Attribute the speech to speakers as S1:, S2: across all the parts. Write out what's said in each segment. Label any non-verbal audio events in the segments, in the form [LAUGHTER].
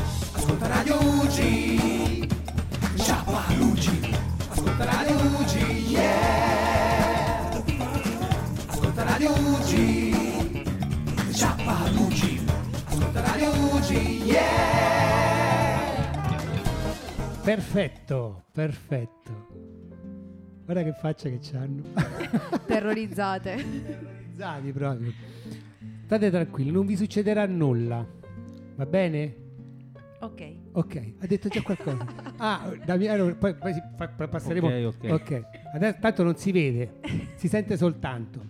S1: ascolta Radio UG. Ciao a UG. Ascolta Radio UG, yeah. Ascolta Radio UG. Ciao a UG. Ascolta Radio UG, yeah.
S2: Perfetto, perfetto. Guarda che faccia che c'hanno. [LAUGHS]
S3: [LAUGHS]
S4: Terrorizzate.
S2: Terrorizzati proprio. State tranquilli, non vi succederà nulla. Va bene?
S4: ok.
S2: Ok, ha detto già qualcosa. Ah, Damiano, poi, poi si- fa- pa- passeremo.
S5: Ok, ok.
S2: Adesso tanto non si vede, si sente soltanto.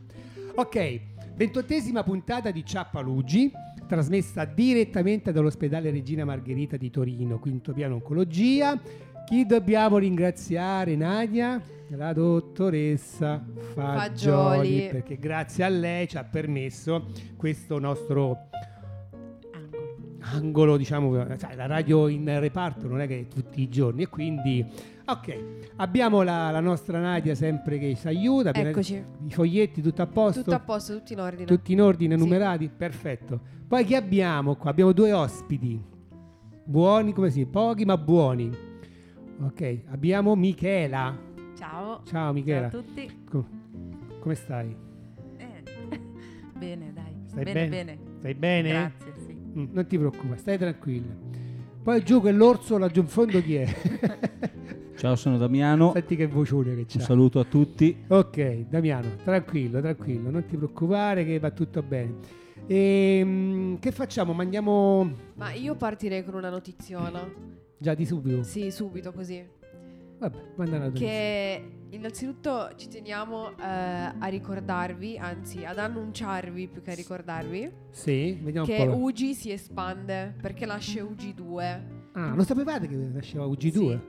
S2: Ok, ventottesima puntata di Ciappalugi, trasmessa direttamente dall'ospedale Regina Margherita di Torino, quinto piano oncologia. Chi dobbiamo ringraziare, Nadia? La dottoressa Fagioli,
S4: Fagioli.
S2: perché grazie a lei ci ha permesso questo nostro
S4: Angolo.
S2: angolo, diciamo, sai, la radio in reparto non è che è tutti i giorni e quindi ok, abbiamo la, la nostra Nadia sempre che ci aiuta, abbiamo
S4: Eccoci.
S2: i foglietti tutto a posto,
S4: Tutto a posto, tutti in ordine.
S2: tutti in ordine,
S4: Sì.
S2: numerati, perfetto. Poi chi abbiamo qua? Abbiamo due ospiti, buoni come si, pochi ma buoni. Ok, abbiamo Michela.
S3: Ciao.
S2: Ciao Michela,
S3: Ciao a tutti.
S2: Co- come stai?
S3: Eh, [LAUGHS] Bene, dai.
S2: Stai bene?
S3: bene, bene.
S2: Stai bene?
S3: Grazie, sì.
S2: Mm, non ti preoccupare, stai tranquilla. Poi giù che l'orso laggiù in fondo chi
S4: [LAUGHS]
S2: è?
S5: Ciao, sono Damiano.
S2: Senti che vocione che
S5: Un
S2: c'ha.
S5: saluto a tutti.
S2: Ok, Damiano, tranquillo, tranquillo, non ti preoccupare che va tutto bene. Ehm, che facciamo? Mandiamo
S4: Ma io partirei con una notiziola.
S2: già di subito.
S4: Sì, subito così.
S2: Vabbè, manda la notizia.
S4: Che innanzitutto ci teniamo eh, a ricordarvi, anzi ad annunciarvi più che a ricordarvi,
S2: Sì, vediamo
S4: che
S2: un po'.
S4: UG si espande perché nasce UG2.
S2: ah, lo sapevate che nasceva UG2?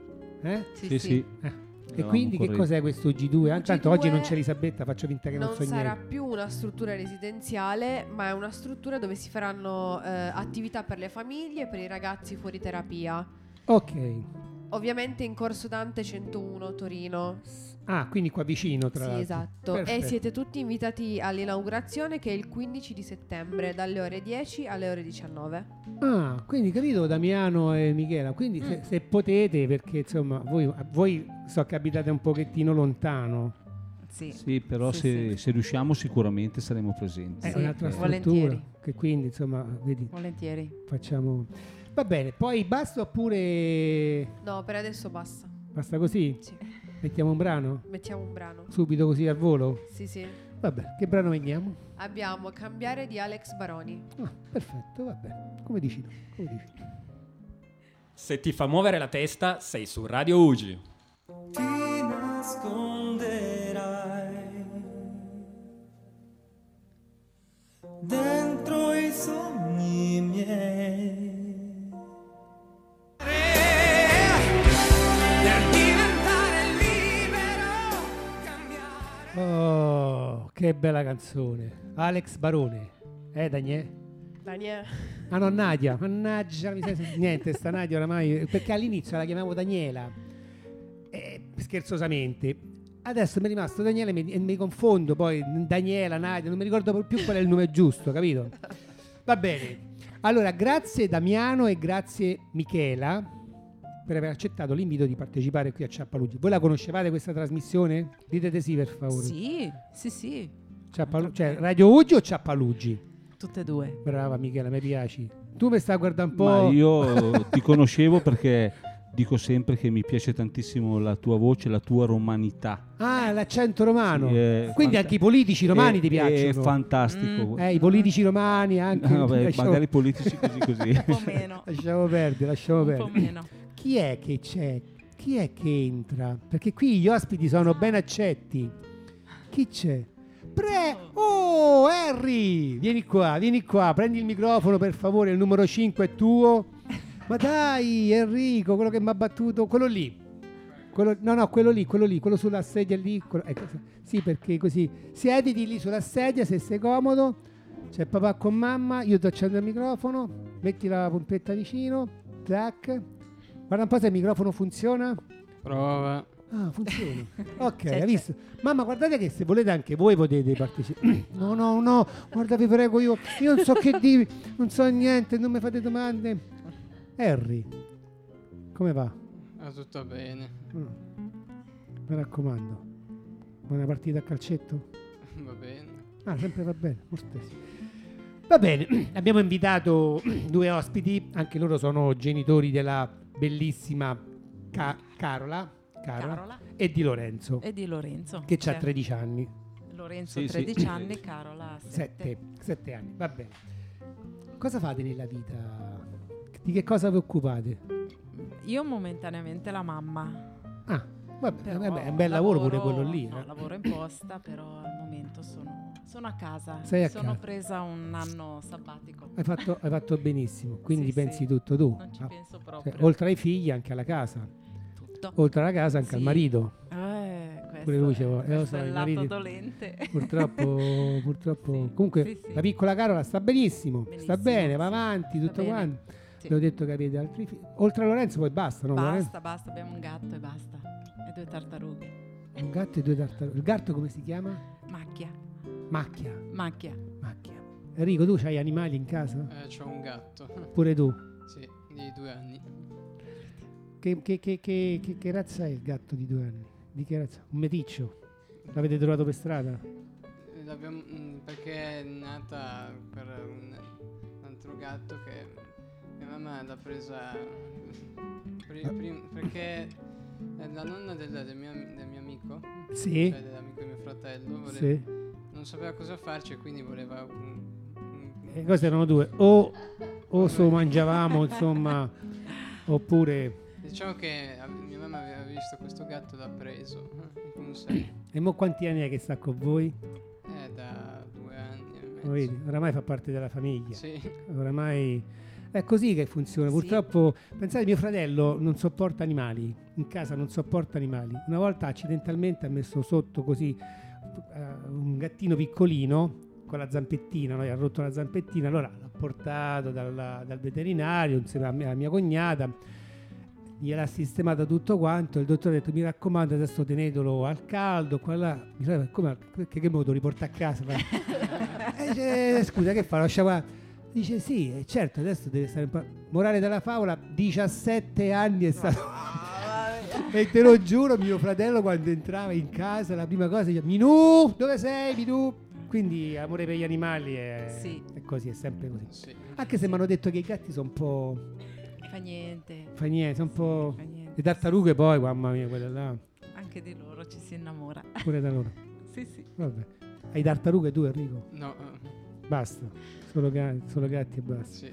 S2: Eh?
S4: Sì,
S5: sì, sì.
S2: E
S5: Eravamo
S2: quindi che
S5: corretti.
S2: cos'è questo UG2? Ah, Tanto oggi
S4: UG2
S2: non c'è Elisabetta, faccio finta che non,
S4: Non
S2: so
S4: sarà
S2: niente.
S4: più una struttura residenziale, ma è una struttura dove si faranno eh, attività per le famiglie e per i ragazzi fuori terapia.
S2: Ok.
S4: Ovviamente in corso Dante 101 Torino.
S2: Ah, quindi qua vicino tra
S4: Sì,
S2: l'altro.
S4: esatto.
S2: Perfetto.
S4: E siete tutti invitati all'inaugurazione che è il 15 di settembre, dalle ore 10 alle ore 19.
S2: Ah, quindi capito Damiano e Michela, quindi
S3: Mm.
S2: se, se potete, perché insomma voi, voi so che abitate un pochettino lontano,
S3: Sì.
S5: Sì, però
S3: Sì,
S5: se,
S3: sì. Eh,
S5: se riusciamo sicuramente saremo presenti. Eh,
S2: è
S3: Sì,
S2: un'altra struttura,
S3: volentieri.
S2: che quindi insomma, vedi,
S3: Volentieri.
S2: facciamo... Va bene, poi basta oppure...
S4: No, per adesso basta.
S2: Basta così?
S4: Sì.
S2: Mettiamo un brano?
S4: Mettiamo un brano.
S2: Subito così al volo?
S4: Sì, sì.
S2: Vabbè, che brano veniamo?
S4: Abbiamo Cambiare di Alex Baroni.
S2: Ah, perfetto, vabbè, come dici tu, come dici tu.
S6: Se ti fa muovere la testa, sei su Radio Ugi.
S1: Ti nasconderai dentro i sogni miei. Per diventare libero, cambiare.
S2: Oh, che bella canzone. Alex Barone, eh Daniele?
S4: Daniele.
S2: Ah no, Nadia, mannaggia, mi sa- niente, sta Nadia oramai, perché all'inizio la chiamavo Daniela, eh, scherzosamente, adesso mi è rimasto Daniele e mi, e mi confondo poi, Daniela, Nadia, non mi ricordo più qual è il nome giusto, capito? Va bene, allora grazie Damiano e grazie Michela per aver accettato l'invito di partecipare qui a Ciappalugi. Voi la conoscevate questa trasmissione? Ditete sì per favore.
S3: Sì, sì, sì.
S2: Ciappalu- cioè, Radio Uggi o Ciappalugi?
S3: Tutte e due.
S2: Brava Michela, mi piaci. Tu mi stai guardando un po'...
S3: Boh.
S5: Ma io ti conoscevo perché dico sempre che mi piace tantissimo la tua voce, la tua romanità.
S2: [LAUGHS] Ah, l'accento romano.
S5: Sì, è
S2: Quindi
S5: fanta-
S2: anche i politici romani
S5: È-
S2: ti
S5: È
S2: piacciono.
S5: fantastico.
S3: Mm.
S2: eh, i politici romani anche.
S5: No, vabbè,
S2: Lasciamo-
S5: magari politici così così.
S3: Un po' meno.
S2: Lasciamo perdere, lasciamo
S3: Un po'
S2: perdere.
S3: meno.
S2: Chi è che c'è? Chi è che entra? Perché qui gli ospiti sono ben accetti. Chi c'è? Pre- oh, Harry! Vieni qua, vieni qua, prendi il microfono per favore, il numero 5 è tuo. Ma dai, Enrico, quello che mi ha battuto, quello lì. Quello- no, no, quello lì, quello lì, quello sulla sedia lì. quello- ecco, sì, perché così. Siediti lì sulla sedia se sei comodo. C'è papà con mamma, io ti accendo il microfono, metti la pompetta vicino, tac. Guarda un po' se il microfono funziona.
S7: Prova.
S2: Ah, funziona. Ok,
S3: C'è,
S2: hai
S3: c'è.
S2: visto? Mamma, guardate che se volete anche voi potete partecipare. [CLEARS THROAT] No, no, no, guarda, vi prego io. Io non so che dirvi, non so niente, non mi fate domande. Harry, Come va?
S7: Ah, tutto bene. [LAUGHS]
S2: Mm. Mi raccomando. Buona partita a calcetto?
S7: Va bene.
S2: Ah, sempre va bene, forse. Va bene, [CLEARS THROAT] abbiamo invitato [CLEARS THROAT] due ospiti, anche loro sono genitori della bellissima Ca- Carola, Carola
S3: Carola
S2: e di Lorenzo,
S3: e di Lorenzo.
S2: che ha
S3: Sì.
S2: 13 anni,
S3: Lorenzo
S5: Sì, sì. [CLEARS THROAT]
S3: 13 anni, Carola
S2: 7,
S3: 7.
S2: anni, va bene. Cosa fate nella vita? Di che cosa vi occupate?
S3: Io momentaneamente la mamma.
S2: Ah, vabbè,
S3: però
S2: vabbè, è un bel lavoro pure quello lì.
S3: no,
S2: eh.
S3: lavoro in posta, però al momento sono, sono a casa.
S2: Sei a
S3: sono
S2: casa.
S3: presa un anno sabbatico.
S2: Hai, fatto, hai fatto benissimo, quindi
S3: Sì,
S2: pensi
S3: sì.
S2: tutto tu.
S3: Non ci
S2: Ah,
S3: penso
S2: cioè,
S3: proprio.
S2: oltre ai figli anche alla casa,
S3: tutto.
S2: oltre alla casa anche al
S3: Sì.
S2: marito.
S3: [LAUGHS] Eh, questo
S2: Pure lui
S3: è-
S2: diceva, eh, lo
S3: questo
S2: so,
S3: è
S2: i
S3: il
S2: mariti-
S3: lato dolente. [LAUGHS]
S2: Purtroppo, purtroppo.
S3: Sì,
S2: Comunque,
S3: sì, sì.
S2: la piccola Carola sta benissimo, sta
S3: Benissimo,
S2: bene, va
S3: sì.
S2: avanti,
S3: Va
S2: tutto
S3: bene,
S2: quanto.
S3: sì.
S2: Vi ho detto che avete altri figli. Oltre a Lorenzo, poi basta, no? Lorenzo?
S3: Basta, basta, abbiamo un gatto e basta. E due tartarughe.
S2: Un gatto e due tartarughe. Il gatto come si chiama?
S3: Macchia,
S2: Macchia.
S3: macchia.
S2: Macchia. Enrico, tu hai animali in casa?
S7: Eh, c'ho un gatto. [LAUGHS]
S3: Mm.
S2: Pure tu.
S7: Sì, di due anni.
S2: Che, che- che- che- che- che razza è il gatto di due anni? Di che razza? Un meticcio. L'avete trovato per strada?
S7: Eh, L'abbiamo, mm, perché è nata per un, un altro gatto che mia mamma l'ha presa [LAUGHS]
S2: Eh.
S7: pri- prim- perché eh, la nonna del, del mio, del mio amico,
S2: Sì.
S7: cioè dell'amico di mio fratello, vole-
S2: Sì.
S7: non sapeva cosa farci e quindi voleva un, un-
S2: Le cose Eh, erano due. O, o se lo mangiavamo, insomma, oppure...
S7: Diciamo che av- mia mamma aveva visto questo gatto, l'ha preso eh, con sé.
S2: E mo quanti anni è che sta con voi?
S7: È Eh, da due anni e mezzo.
S2: Lo vedi, oramai fa parte della famiglia.
S7: Sì,
S2: Oramai è così che funziona.
S3: Sì.
S2: Purtroppo, pensate, mio fratello non sopporta animali, in casa non sopporta animali. Una volta accidentalmente ha messo sotto così eh, un gattino piccolino con la zampettina, no? gli ha rotto la zampettina, allora l'ha portato dalla- dal veterinario insieme a mia, a mia cognata. Gliel'ha sistemata tutto quanto. Il dottore ha detto: Mi raccomando, adesso tenetelo al caldo. Qua là. Mi fratello, come al- perché che modo riporta a casa? Eh, dice, scusa, che fa? Lascia qua. Dice sì, eh, certo, adesso deve stare un po'. Morale della favola, 17 anni è stato. [LAUGHS] e te lo giuro, mio fratello quando entrava in casa, la prima cosa diceva Minù, dove sei Minù? Quindi amore per gli animali è,
S3: Sì.
S2: è così, è sempre così.
S7: sì.
S2: Anche se mi hanno detto che i gatti sono un po'...
S3: Fa niente.
S2: fa niente, sono un po'...
S3: Fa niente.
S2: Le tartarughe poi, mamma mia, quelle là,
S3: Anche di loro ci si innamora.
S2: pure da loro.
S3: sì, sì.
S2: Vabbè. Hai tartarughe tu Enrico?
S7: No, eh,
S2: Basta, solo ga- solo gatti e basta.
S7: sì.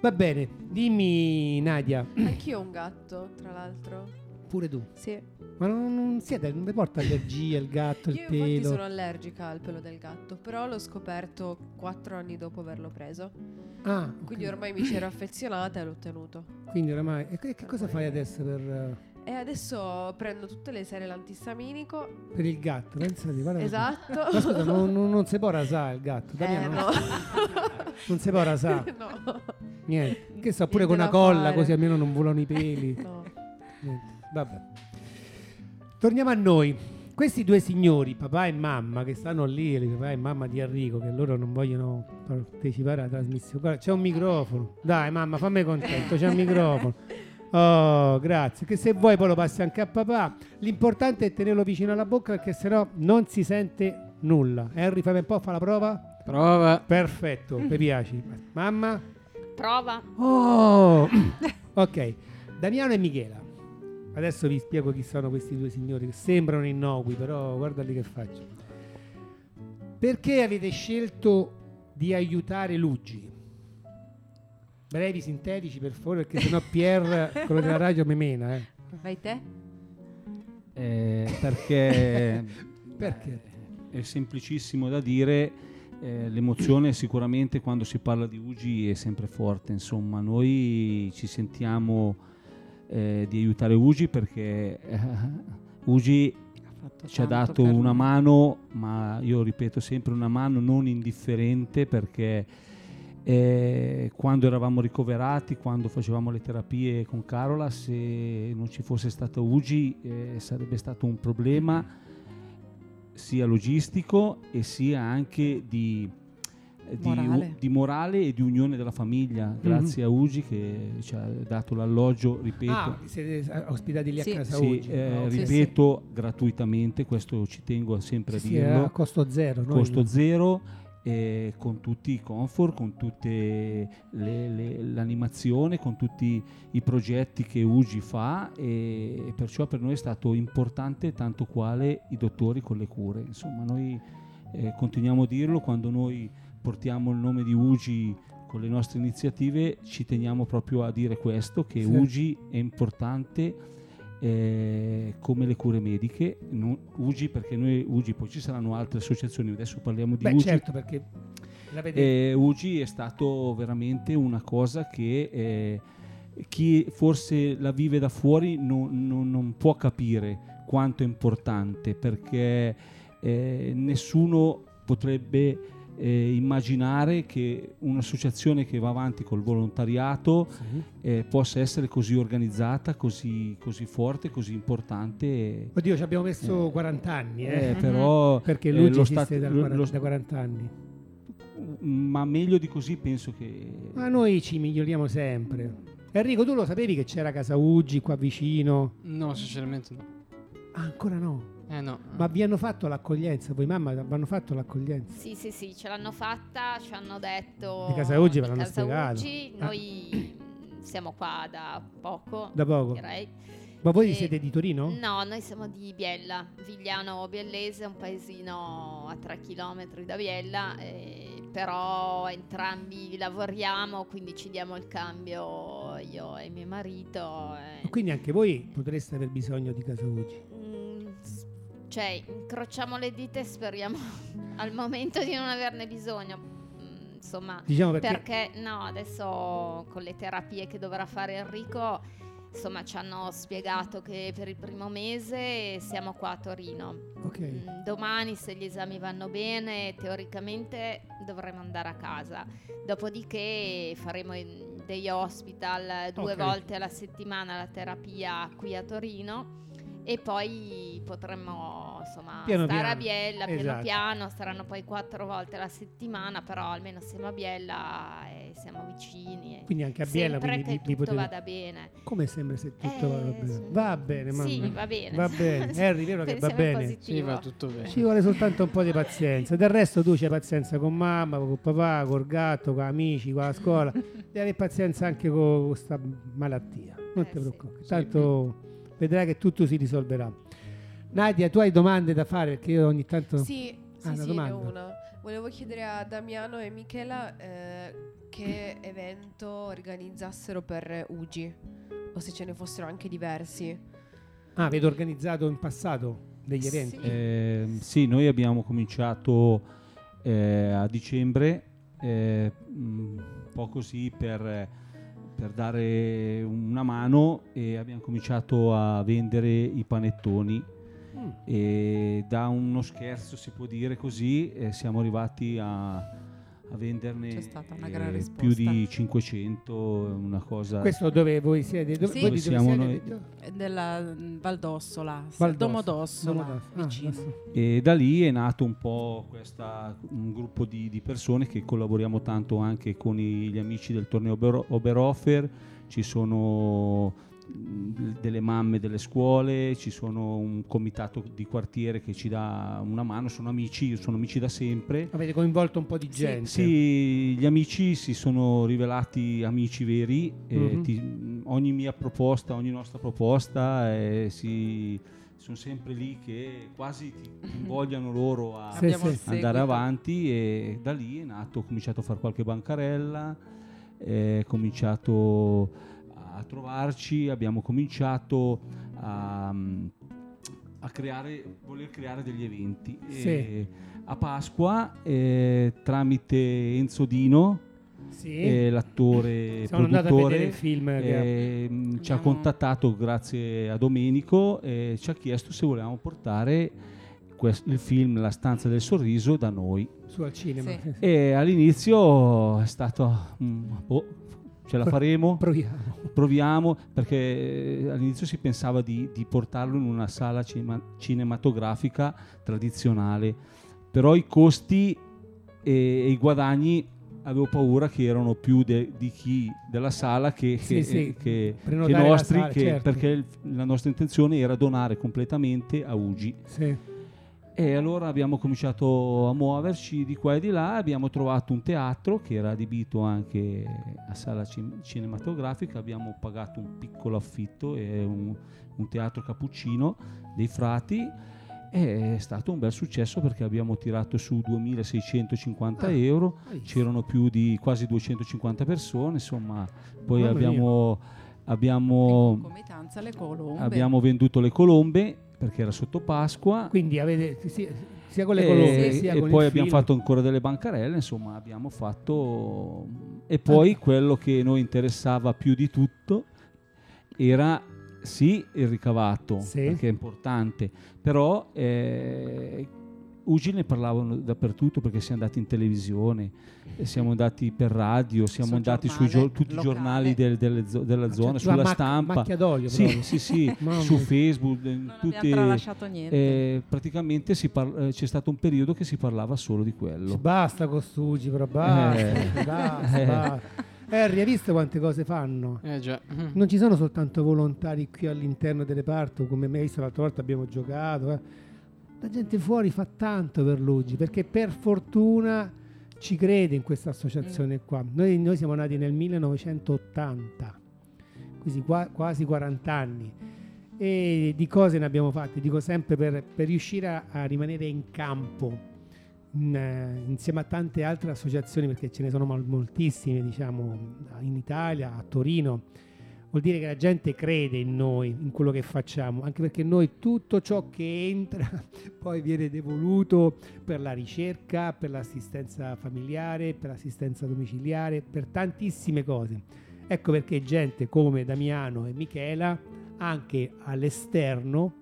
S2: Va bene, dimmi Nadia,
S4: Anch'io ho un gatto, tra l'altro.
S2: pure tu.
S4: Sì.
S2: Ma non, non siete, non vi porta allergie il
S4: [LAUGHS]
S2: gatto, il
S4: Io infatti
S2: pelo?
S4: sono allergica al pelo del gatto, però l'ho scoperto quattro anni dopo averlo preso.
S2: Ah, ok.
S4: Quindi ormai mi c'ero affezionata e l'ho tenuto.
S2: Quindi oramai... E che, che cosa fai adesso per, eh,
S4: E adesso prendo tutte le sere l'antistaminico.
S2: per il gatto? Pensate, guarda che-
S4: Esatto.
S2: Ma scusa,
S4: [LAUGHS]
S2: non, non- non si può rasare il gatto,
S4: Eh,
S2: Damiano,
S4: no.
S2: non si può rasare,
S4: [LAUGHS] no.
S2: niente. Che so, pure
S4: Niente
S2: con una
S4: da
S2: colla
S4: fare.
S2: così almeno non volano i peli.
S4: No.
S2: Niente, Vabbè. Torniamo a noi. Questi due signori, papà e mamma, che stanno lì, il papà e mamma di Enrico, che loro non vogliono partecipare alla trasmissione. Guarda, c'è un microfono. Dai, mamma, fammi contento, c'è un microfono. Oh, grazie. Che se vuoi poi lo passi anche a papà. L'importante è tenerlo vicino alla bocca perché sennò non si sente nulla. Henry, fammi un po', fa la prova.
S7: Prova.
S2: Perfetto, mi piaci. Mamma?
S8: Prova.
S2: Oh! ok, Damiano e Michela. Adesso vi spiego chi sono questi due signori che sembrano innocui, però guardali che faccio. Perché avete scelto di aiutare Luigi? Brevi, sintetici, per favore, perché sennò Pierre, quello della radio, me mena. eh.
S3: Vai te?
S5: Eh, perché
S2: [LAUGHS] Perché?
S5: eh, è semplicissimo da dire. eh, l'emozione sicuramente quando si parla di Ugi è sempre forte. Insomma, noi ci sentiamo eh, di aiutare Ugi perché eh, Ugi
S3: Ha fatto
S5: ci ha
S3: tanto
S5: dato
S3: per
S5: una
S3: me.
S5: mano, ma io ripeto sempre una mano non indifferente perché eh, quando eravamo ricoverati, quando facevamo le terapie con Carola, se non ci fosse stato Ugi eh, sarebbe stato un problema sia logistico e sia anche di eh, di,
S3: Morale. Mm-hmm.
S5: di morale e di unione della famiglia, grazie a Ugi che ci ha dato l'alloggio, ripeto.
S2: Ah, siete eh, ospitati lì
S4: Sì.
S2: a casa
S5: Sì,
S2: oggi. Ah,
S5: eh,
S2: no?
S4: Sì,
S5: ripeto gratuitamente, questo ci tengo sempre a
S2: Sì, sì,
S5: dirlo,
S2: a costo zero. noi-
S5: costo zero, eh, con tutti i comfort, con tutte le- le- l'animazione, con tutti i progetti che Ugi fa e, e perciò per noi è stato importante tanto quale i dottori con le cure. Insomma, noi eh, continuiamo a dirlo quando noi portiamo il nome di Ugi con le nostre iniziative ci teniamo proprio a dire questo che
S2: Sì.
S5: Ugi è importante eh, come le cure mediche No- Ugi perché noi Ugi poi ci saranno altre associazioni adesso parliamo di
S2: Beh,
S5: Ugi
S2: certo, perché l'avete
S5: eh, Ugi è stato veramente una cosa che eh, chi forse la vive da fuori non, non- non può capire quanto è importante perché eh, nessuno potrebbe eh, immaginare che un'associazione che va avanti col volontariato eh, possa essere così organizzata, così, così forte, così importante.
S2: Oddio, ci abbiamo messo
S5: Eh.
S2: 40 anni, eh.
S5: Eh, però
S2: Perché
S5: eh,
S2: lui
S5: lo
S2: esiste
S5: stat-
S2: dal
S5: lo-
S2: 40
S5: lo-
S2: da 40 anni.
S5: ma meglio di così penso che
S2: Ma noi ci miglioriamo sempre. Enrico, tu lo sapevi che c'era Casa Uggi qua vicino?
S7: No, sinceramente no.
S2: Ah, ancora no.
S7: Eh no.
S2: Ma vi hanno fatto l'accoglienza? Voi mamma vi hanno fatto l'accoglienza?
S8: Sì, sì, sì, ce l'hanno fatta, ci hanno detto...
S2: Di casa oggi ve
S8: di
S2: l'hanno
S8: casa
S2: spiegato.
S8: oggi,
S2: Ah.
S8: noi siamo qua da poco,
S2: Da poco.
S8: direi.
S2: Ma voi
S8: Eh,
S2: siete di Torino?
S8: No, noi siamo di Biella, Vigliano Biellese, un paesino a 3 km da Biella, eh, però entrambi lavoriamo, quindi ci diamo il cambio io e mio marito. eh.
S2: Quindi anche voi potreste aver bisogno di Casa Uggi.
S8: Mm, s- cioè, incrociamo le dita e speriamo [LAUGHS] al momento di non averne bisogno. Mm, Insomma,
S2: Diciamo perché...
S8: perché no, adesso con le terapie che dovrà fare Enrico, insomma, ci hanno spiegato che per il primo mese siamo qua a Torino.
S2: Ok.
S8: Mm, Domani, se gli esami vanno bene, teoricamente dovremo andare a casa. Dopodiché faremo in- dei hospital due
S2: Ok.
S8: volte alla settimana la terapia qui a Torino. E poi potremmo insomma
S2: Piano
S8: stare
S2: piano,
S8: a Biella piano
S2: esatto.
S8: piano, saranno poi quattro volte alla settimana, però almeno siamo a Biella e siamo vicini. E
S2: Quindi anche a Biella
S8: sempre
S2: quindi
S8: che
S2: di- di
S8: tutto
S2: poter-
S8: vada bene.
S2: Come sembra se tutto va
S8: Eh,
S2: bene?
S8: sì.
S2: Va bene, mamma.
S8: Sì, va bene.
S2: Va
S8: [LAUGHS]
S2: bene. Harry, vero che va
S8: Pensiamo in
S2: bene?
S8: positivo.
S7: Sì, va tutto bene.
S2: Ci vuole soltanto un po' di pazienza. Del resto tu c'hai pazienza con mamma, con papà, col gatto, con amici, con la scuola. Devi avere pazienza anche con questa malattia. Non
S8: Eh,
S2: ti
S8: sì.
S2: preoccupare. Tanto vedrai che tutto si risolverà. Nadia, tu hai domande da fare perché io ogni tanto...
S4: Sì, sì,
S2: Certo. Ah, una
S4: sì, ne
S2: domanda.
S4: ho una. Volevo chiedere a Damiano e Michela eh, che evento organizzassero per Ugi o se ce ne fossero anche diversi. eh,
S2: Ah, avete organizzato in passato degli eventi?
S4: Sì.
S5: Eh, sì, noi abbiamo cominciato eh, a dicembre, eh, mh, un po' così per, per dare una mano e abbiamo cominciato a vendere i panettoni.
S2: Mm.
S5: E da uno scherzo si può dire così, eh, siamo arrivati a, a venderne eh,
S3: C'è stata una gran
S5: più
S3: risposta.
S5: di 500, una cosa...
S2: Questo dove voi siete? Dove,
S3: Sì.
S2: voi di dove
S5: Siamo
S2: siete?
S5: noi.
S3: Della mm, Valdossola, s-
S2: Valdosta.
S3: Domodossola,
S2: Domodossola. Ah,
S3: vicino.
S2: adesso.
S5: E da lì è nato un po' questa, un gruppo di, di persone che collaboriamo tanto anche con i- gli amici del torneo Ober- Oberhofer, ci sono mh, delle mamme delle scuole, ci sono un comitato di quartiere che ci dà una mano, sono amici, sono amici da sempre.
S2: Avete coinvolto un po' di gente.
S5: Sì, gli amici si sono rivelati amici veri, e
S2: Mhm.
S5: ti- ogni mia proposta, ogni nostra proposta, eh, si, sono sempre lì che quasi ti
S2: [LAUGHS]
S5: invogliano loro a
S2: Sì,
S3: Abbiamo
S2: sì.
S3: il seguito.
S5: Ah. andare avanti e da lì è nato, ho cominciato a fare qualche bancarella, eh, ho cominciato a trovarci, abbiamo cominciato a, a creare, voler creare degli eventi.
S2: Sì.
S5: E a Pasqua eh, tramite Enzo Dino,
S2: Sì.
S5: eh, l'attore
S2: Sono andato a vedere il
S5: produttore.
S2: film. che ha-
S5: ehm, ci ha
S3: Abbiamo-
S5: contattato grazie a Domenico e ci ha chiesto se volevamo portare quest- il film La stanza del sorriso da noi
S2: su al cinema.
S3: Sì.
S2: [LAUGHS] Sì, sì.
S5: e all'inizio è stato mm, boh, ce la
S2: Pro-
S5: faremo
S2: Proviamo.
S5: proviamo perché eh, all'inizio si pensava di, di portarlo in una sala cinema- cinematografica tradizionale però i costi e, e i guadagni avevo paura che erano più de- di chi della sala che,
S2: Sì,
S5: che-
S2: sì,
S5: che- che
S2: prenotare la
S5: nostri,
S2: sala,
S5: che-
S2: certo.
S5: perché il- la nostra intenzione era donare completamente a UGI.
S2: Sì.
S5: E allora abbiamo cominciato a muoverci di qua e di là, abbiamo trovato un teatro che era adibito anche a sala cin- cinematografica, abbiamo pagato un piccolo affitto, è un, un teatro cappuccino dei frati, e è stato un bel successo perché abbiamo tirato su 2650
S2: Ah.
S5: euro,
S2: Poi-
S5: c'erano più di quasi 250 persone, insomma, poi
S2: Mamma mia.
S5: abbiamo...
S3: In
S5: abbiamo
S3: concomitanza le
S2: Ecco,
S3: colombe.
S5: Abbiamo venduto le colombe perché era sotto Pasqua
S2: Quindi avete sia, sia con le
S5: e,
S2: colonne
S5: Eh, e
S2: sia
S5: poi
S2: con il
S5: abbiamo
S2: film.
S5: fatto ancora delle bancarelle, insomma abbiamo fatto... E
S2: Ecco.
S5: poi quello che noi interessava più di tutto era sì il ricavato,
S2: Sì.
S5: perché è importante, però eh, Ugi ne parlavano dappertutto perché siamo andati in televisione, eh, siamo andati per radio, siamo
S3: Sul
S5: andati sui gio-
S3: giornale
S5: tutti i
S3: locale.
S5: giornali del- delle zo- della
S2: Cioè,
S5: zona,
S2: la
S5: sulla
S2: mac-
S5: stampa.
S2: macchia d'olio
S5: Sì,
S2: proprio.
S5: sì, sì,
S2: [LAUGHS] Mamma
S5: su
S2: mia.
S5: Facebook, eh,
S3: Non abbiamo
S5: tutti,
S3: tralasciato niente.
S5: eh, praticamente si par- eh, c'è stato un periodo che si parlava solo di quello.
S2: Basta con Stugi, però basta, cioè,
S5: Eh.
S2: basta,
S5: Eh.
S2: basta. Harry, hai visto quante cose fanno?
S7: Eh già.
S2: Non ci sono soltanto volontari qui all'interno del reparto, come me, hai visto l'altra volta abbiamo giocato. eh. La gente fuori fa tanto per Luigi, perché per fortuna ci crede in questa associazione qua. Noi, noi siamo nati nel 1980, quindi qua- quasi 40 anni. E di cose ne abbiamo fatte, dico sempre per, per riuscire a, a rimanere in campo in, eh, insieme a tante altre associazioni, perché ce ne sono mol- moltissime, diciamo, in Italia, a Torino. Vuol dire che la gente crede in noi, in quello che facciamo, anche perché noi tutto ciò che entra [LAUGHS] poi viene devoluto per la ricerca, per l'assistenza familiare, per l'assistenza domiciliare, per tantissime cose. Ecco perché gente come Damiano e Michela, anche all'esterno,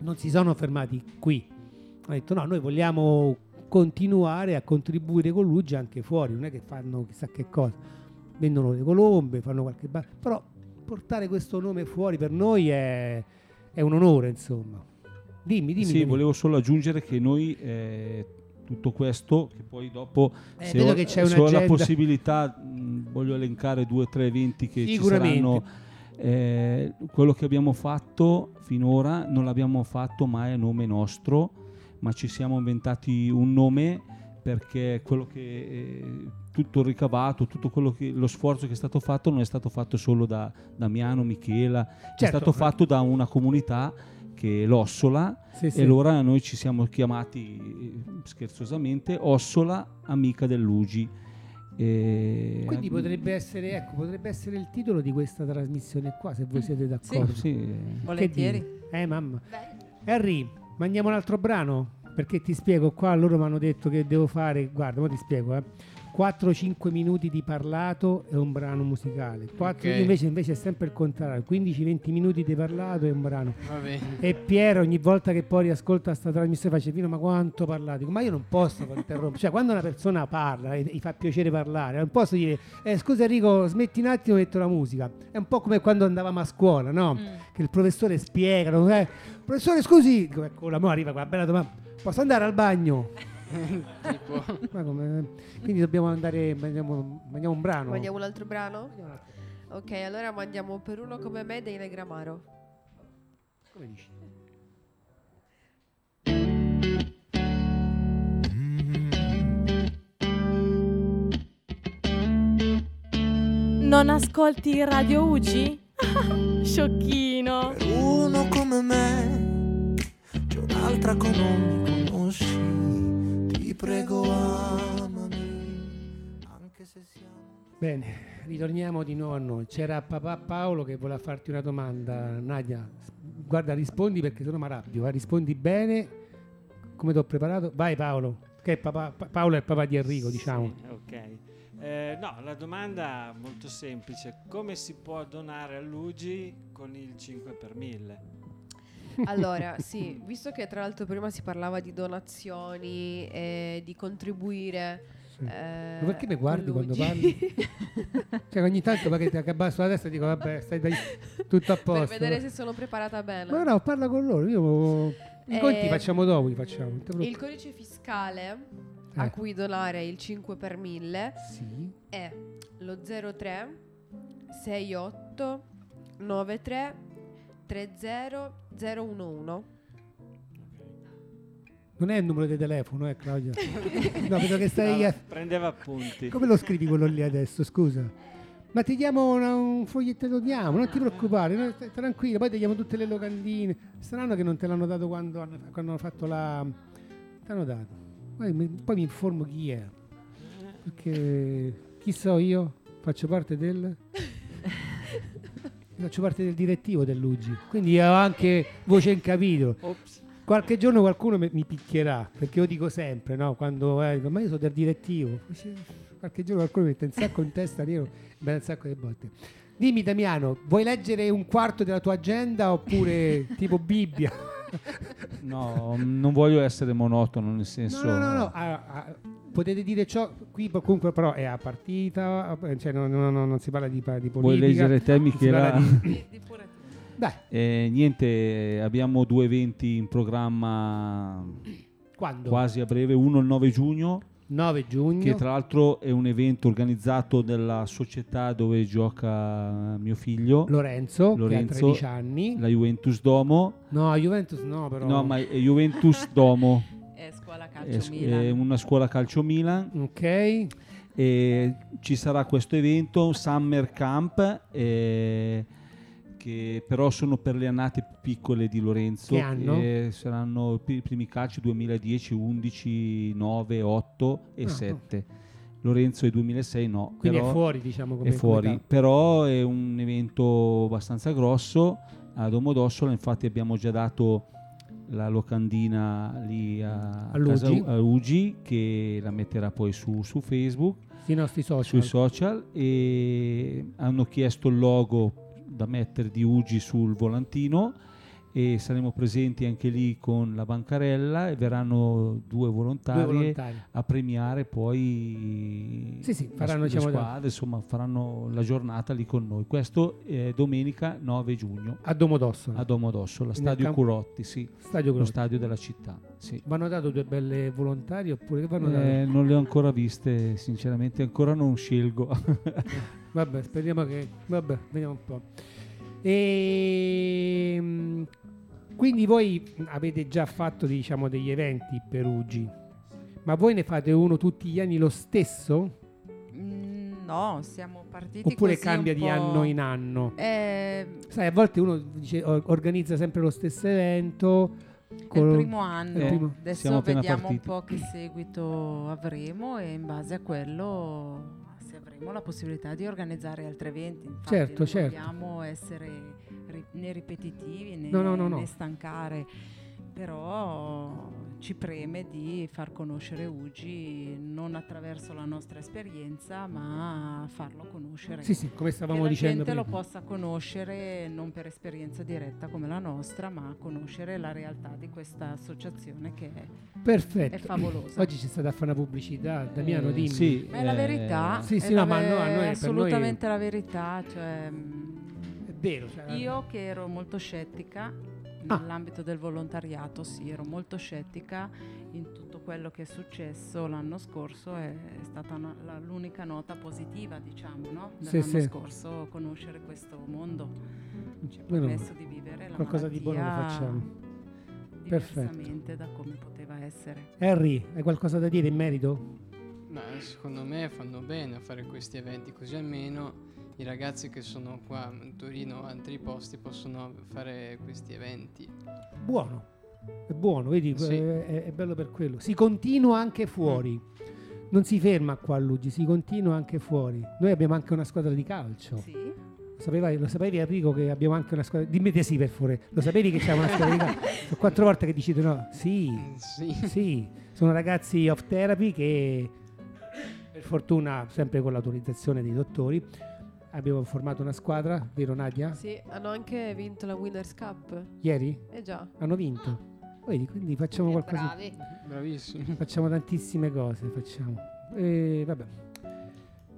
S2: non si sono fermati qui. Hanno detto no, noi vogliamo continuare a contribuire con Luigi anche fuori, non è che fanno chissà che cosa, vendono le colombe, fanno qualche... Ba- però portare questo nome fuori per noi è, è un onore, insomma. Dimmi, dimmi.
S5: sì,
S2: dimmi.
S5: volevo solo aggiungere che noi eh, tutto questo, che poi dopo
S2: Eh,
S5: se,
S2: vedo
S5: ho,
S2: che c'è
S5: se ho la
S2: un'agenda.
S5: possibilità mh, voglio elencare due o tre eventi che ci
S2: Sicuramente.
S5: saranno. Eh, quello che abbiamo fatto finora non l'abbiamo fatto mai a nome nostro, ma ci siamo inventati un nome perché quello che eh, tutto il ricavato, tutto quello che lo sforzo che è stato fatto non è stato fatto solo da Damiano, Michela, è
S2: Certo.
S5: stato fatto da una comunità che è l'Ossola
S2: Sì, sì.
S5: e allora noi ci siamo chiamati eh, scherzosamente Ossola amica dell'Ugi. E- mm,
S2: Quindi potrebbe essere, ecco, potrebbe essere il titolo di questa trasmissione qua, se voi siete
S5: Ah,
S2: d'accordo.
S5: sì, eh.
S3: Volentieri.
S2: Che dite? Eh mamma. Harry, mandiamo un altro brano? Perché ti spiego, qua loro mi hanno detto che devo fare, guarda, ma ti spiego, eh. 4-5 minuti di parlato e un brano musicale. 4,
S7: Ok.
S2: invece, invece è sempre il contrario, 15-20 minuti di parlato e un brano.
S7: Va bene.
S2: E Piero ogni volta che poi riascolta sta trasmissione face Vino, ma quanto parlate? Dico, Ma io non posso [LAUGHS] interrompere. Cioè, quando una persona parla e gli fa piacere parlare, non posso dire "Eh, scusa Enrico, smetti un attimo e metto la musica. È un po' come quando andavamo a scuola, no?
S3: Mm.
S2: Che il professore spiega, no? Eh, professore scusi, Dico, ecco, la mo arriva qua, bella domanda. Posso andare al bagno?
S7: tipo.
S2: Ma come? eh? Quindi dobbiamo andare, mandiamo, mandiamo un brano.
S4: Mandiamo un altro brano? Ok, allora mandiamo per uno come me dei Negramaro.
S2: Come dici?
S3: Non ascolti Radio UGI? Sciocchino.
S1: Per uno come me c'è un'altra che non mi conosci. Ti prego, amami, anche se siamo.
S2: Bene, ritorniamo di nuovo a noi. C'era papà Paolo che voleva farti una domanda. Nadia, s- guarda, rispondi perché sennò mi arrabbio. eh. Rispondi bene, come ti ho preparato. Vai Paolo, che è papà- Pa- Paolo è il papà di Enrico,
S9: Sì,
S2: diciamo.
S9: ok. Eh, no, la domanda è molto semplice. Come si può donare all'UGI con il 5 per 1000?
S4: Allora,
S2: [LAUGHS]
S4: sì, visto che tra l'altro prima si parlava di donazioni e di contribuire.
S2: Sì.
S4: eh,
S2: Mm. Ma perché mi
S4: con
S2: guardi quando
S4: Luigi?
S2: parli?
S4: [LAUGHS]
S2: Cioè ogni tanto perché ti abbasso la testa e dico vabbè, stai dai, tutto a posto.
S4: [LAUGHS] Per vedere se sono preparata bene.
S2: Ma no, parla con loro, io... I
S4: Eh,
S2: conti facciamo dopo, li facciamo. non ti
S4: Il
S2: preoccupare.
S4: codice fiscale
S2: Eh.
S4: a cui donare il 5 per 1000
S2: Sì.
S4: è lo 03 68 93 30 011.
S2: Non è il numero di telefono, eh
S4: [LAUGHS]
S2: Claudio? no, vedo che stai...
S9: Ah, Prendeva appunti.
S2: Come lo scrivi quello lì adesso, scusa? Ma ti diamo una- un foglietto, lo diamo, non ti preoccupare, no, stai tranquillo, poi ti diamo tutte le locandine. Strano che non te l'hanno dato quando hanno, quando hanno fatto la... T'hanno dato. Poi mi, poi mi informo chi è. Perché chi so io? Faccio parte del... Faccio parte del direttivo dell'UGI, quindi ho anche voce in capito.
S9: Ops.
S2: Qualche giorno qualcuno mi, mi picchierà, perché io dico sempre, no? Quando eh, dico, ma io sono del direttivo. Cioè, Qualche giorno qualcuno mi mette un sacco in testa, io mi mette un sacco di botte. Dimmi Damiano, vuoi leggere un quarto della tua agenda oppure
S5: [LAUGHS]
S2: tipo
S4: [LAUGHS]
S2: Bibbia?
S5: No, mm, non voglio essere monotono nel
S2: No,
S5: senso...
S2: no, no, no, ah, ah, potete dire ciò, qui comunque però è a partita, ah, cioè no, no, no, non si parla di, pa- di politica.
S5: Vuoi leggere te,
S2: non si parla
S5: Michela?
S2: di-
S3: Vedi pure tu.
S2: Dai,
S5: Eh, niente, abbiamo due eventi in programma
S2: quando?
S5: quasi a breve, uno il 9 giugno
S2: 9 giugno.
S5: che tra l'altro è un evento organizzato dalla società dove gioca mio figlio,
S2: Lorenzo, che
S5: Lorenzo,
S2: ha 13 anni.
S5: la Juventus Domo.
S2: No, Juventus no però.
S5: No, ma è Juventus Domo,
S3: È scuola
S5: è,
S3: calcio
S5: s-
S3: Milan.
S5: è eh, una scuola calcio Milan
S2: Ok.
S5: e ci sarà questo evento, Summer Camp, eh, che però sono per le annate più piccole di Lorenzo.
S2: Che anno?
S5: eh, saranno i primi calci 2010, 11, 9, 8 e
S2: Ah.
S5: 7. Lorenzo è 2006 no.
S2: Quindi
S5: però-
S2: è fuori, diciamo, come
S5: è fuori,
S2: come
S5: però è un evento abbastanza grosso a Domodossola, infatti abbiamo già dato la locandina lì a,
S2: All'Ugi.
S5: casa U- a Ugi che la metterà poi su, su Facebook,
S2: età. sui nostri social.
S5: sui social e hanno chiesto il logo da mettere di Ugi sul volantino e saremo presenti anche lì con la bancarella e verranno due
S2: due
S5: volontari
S2: volontari.
S5: a premiare poi
S2: Sì, sì,
S5: la-
S2: faranno,
S5: le
S2: diciamo, da-
S5: squadre, insomma, faranno la giornata lì con noi. Questo è domenica 9 giugno
S2: A Domodossola,
S5: a Domodossola,
S2: Nel
S5: stadio
S2: campo-
S5: Curotti, sì,
S2: stadio
S5: lo
S2: Grosso.
S5: stadio della città. sì.
S2: Vanno dato due belle volontari oppure che vanno
S5: Eh, non le ho ancora viste, sinceramente, ancora non scelgo.
S2: dato?
S5: [LAUGHS]
S2: Vabbè, speriamo che... Vabbè, vediamo un po'. Ehm, Quindi voi avete già fatto, diciamo, degli eventi per Ugi, ma voi ne fate uno tutti gli anni lo stesso?
S3: Mm, no, siamo partiti
S2: Oppure
S3: così
S2: cambia
S3: un
S2: di
S3: po'-
S2: anno in anno?
S3: Eh,
S2: Sai, a volte uno dice, or- organizza sempre lo stesso evento.
S3: È il
S2: col-
S3: primo anno,
S5: Eh, primo- siamo
S3: adesso
S5: appena
S3: vediamo
S5: partiti.
S3: un po' che seguito avremo e in base a quello se avremo la possibilità di organizzare altri eventi. Infatti
S2: Certo,
S3: non
S2: certo.
S3: vogliamo essere ri- né ripetitivi né,
S2: No, no, no, no.
S3: né stancare, però ci preme di far conoscere Ugi non attraverso la nostra esperienza, ma farlo conoscere
S2: Sì, sì, come
S3: che
S2: stavamo
S3: la
S2: dicendo.
S3: gente lo
S2: prima.
S3: possa conoscere non per esperienza diretta come la nostra, ma conoscere la realtà di questa associazione che è,
S2: Perfetto.
S3: è favolosa.
S2: Oggi c'è stata a fare una pubblicità, Damiano,
S5: Eh,
S2: dimmi.
S5: sì,
S3: ma è la
S5: eh,
S3: verità,
S2: Sì,
S3: è
S2: sì,
S3: la
S2: no, ma
S3: ve-
S2: no, a noi- per noi-
S3: assolutamente la verità. cioè, mh,
S2: È vero. cioè,
S3: io che ero molto scettica
S2: Ah.
S3: nell'ambito del volontariato, sì, ero molto scettica in tutto quello che è successo l'anno scorso, è, è stata una- la- l'unica nota positiva, diciamo, no?
S2: Sì,
S3: dell'anno
S2: sì.
S3: scorso, conoscere questo mondo. ci ha
S2: Meno male.
S3: permesso di vivere la
S2: Qualcosa di buono lo
S3: malattia
S2: facciamo.
S3: diversamente da come poteva essere.
S2: Harry, hai qualcosa da dire in merito?
S7: Ma secondo me fanno bene a fare questi eventi, così almeno i ragazzi che sono qua a Torino o altri posti possono fare questi eventi.
S2: Buono. È buono, vedi,
S7: Sì.
S2: eh, è, è bello per quello. Si continua anche fuori.
S5: Mm.
S2: Non si ferma qua a Luggi, si continua anche fuori. Noi abbiamo anche una squadra di calcio.
S3: Sì.
S2: Sapeva- lo sapevi Enrico che abbiamo anche una squadra dimmi di sì per favore lo sapevi che c'è una squadra di
S4: [LAUGHS]
S2: calcio sono quattro volte che dici di no sì
S7: Mm, Sì.
S2: sì sono ragazzi off therapy che per fortuna sempre con l'autorizzazione dei dottori abbiamo formato una squadra vero Nadia?
S4: Sì, hanno anche vinto la Winners Cup.
S2: ieri
S4: Eh già.
S2: hanno vinto Vedi, quindi facciamo
S8: Eh,
S2: qualcosa
S8: bravi.
S7: Bravissimo.
S2: facciamo tantissime cose facciamo e vabbè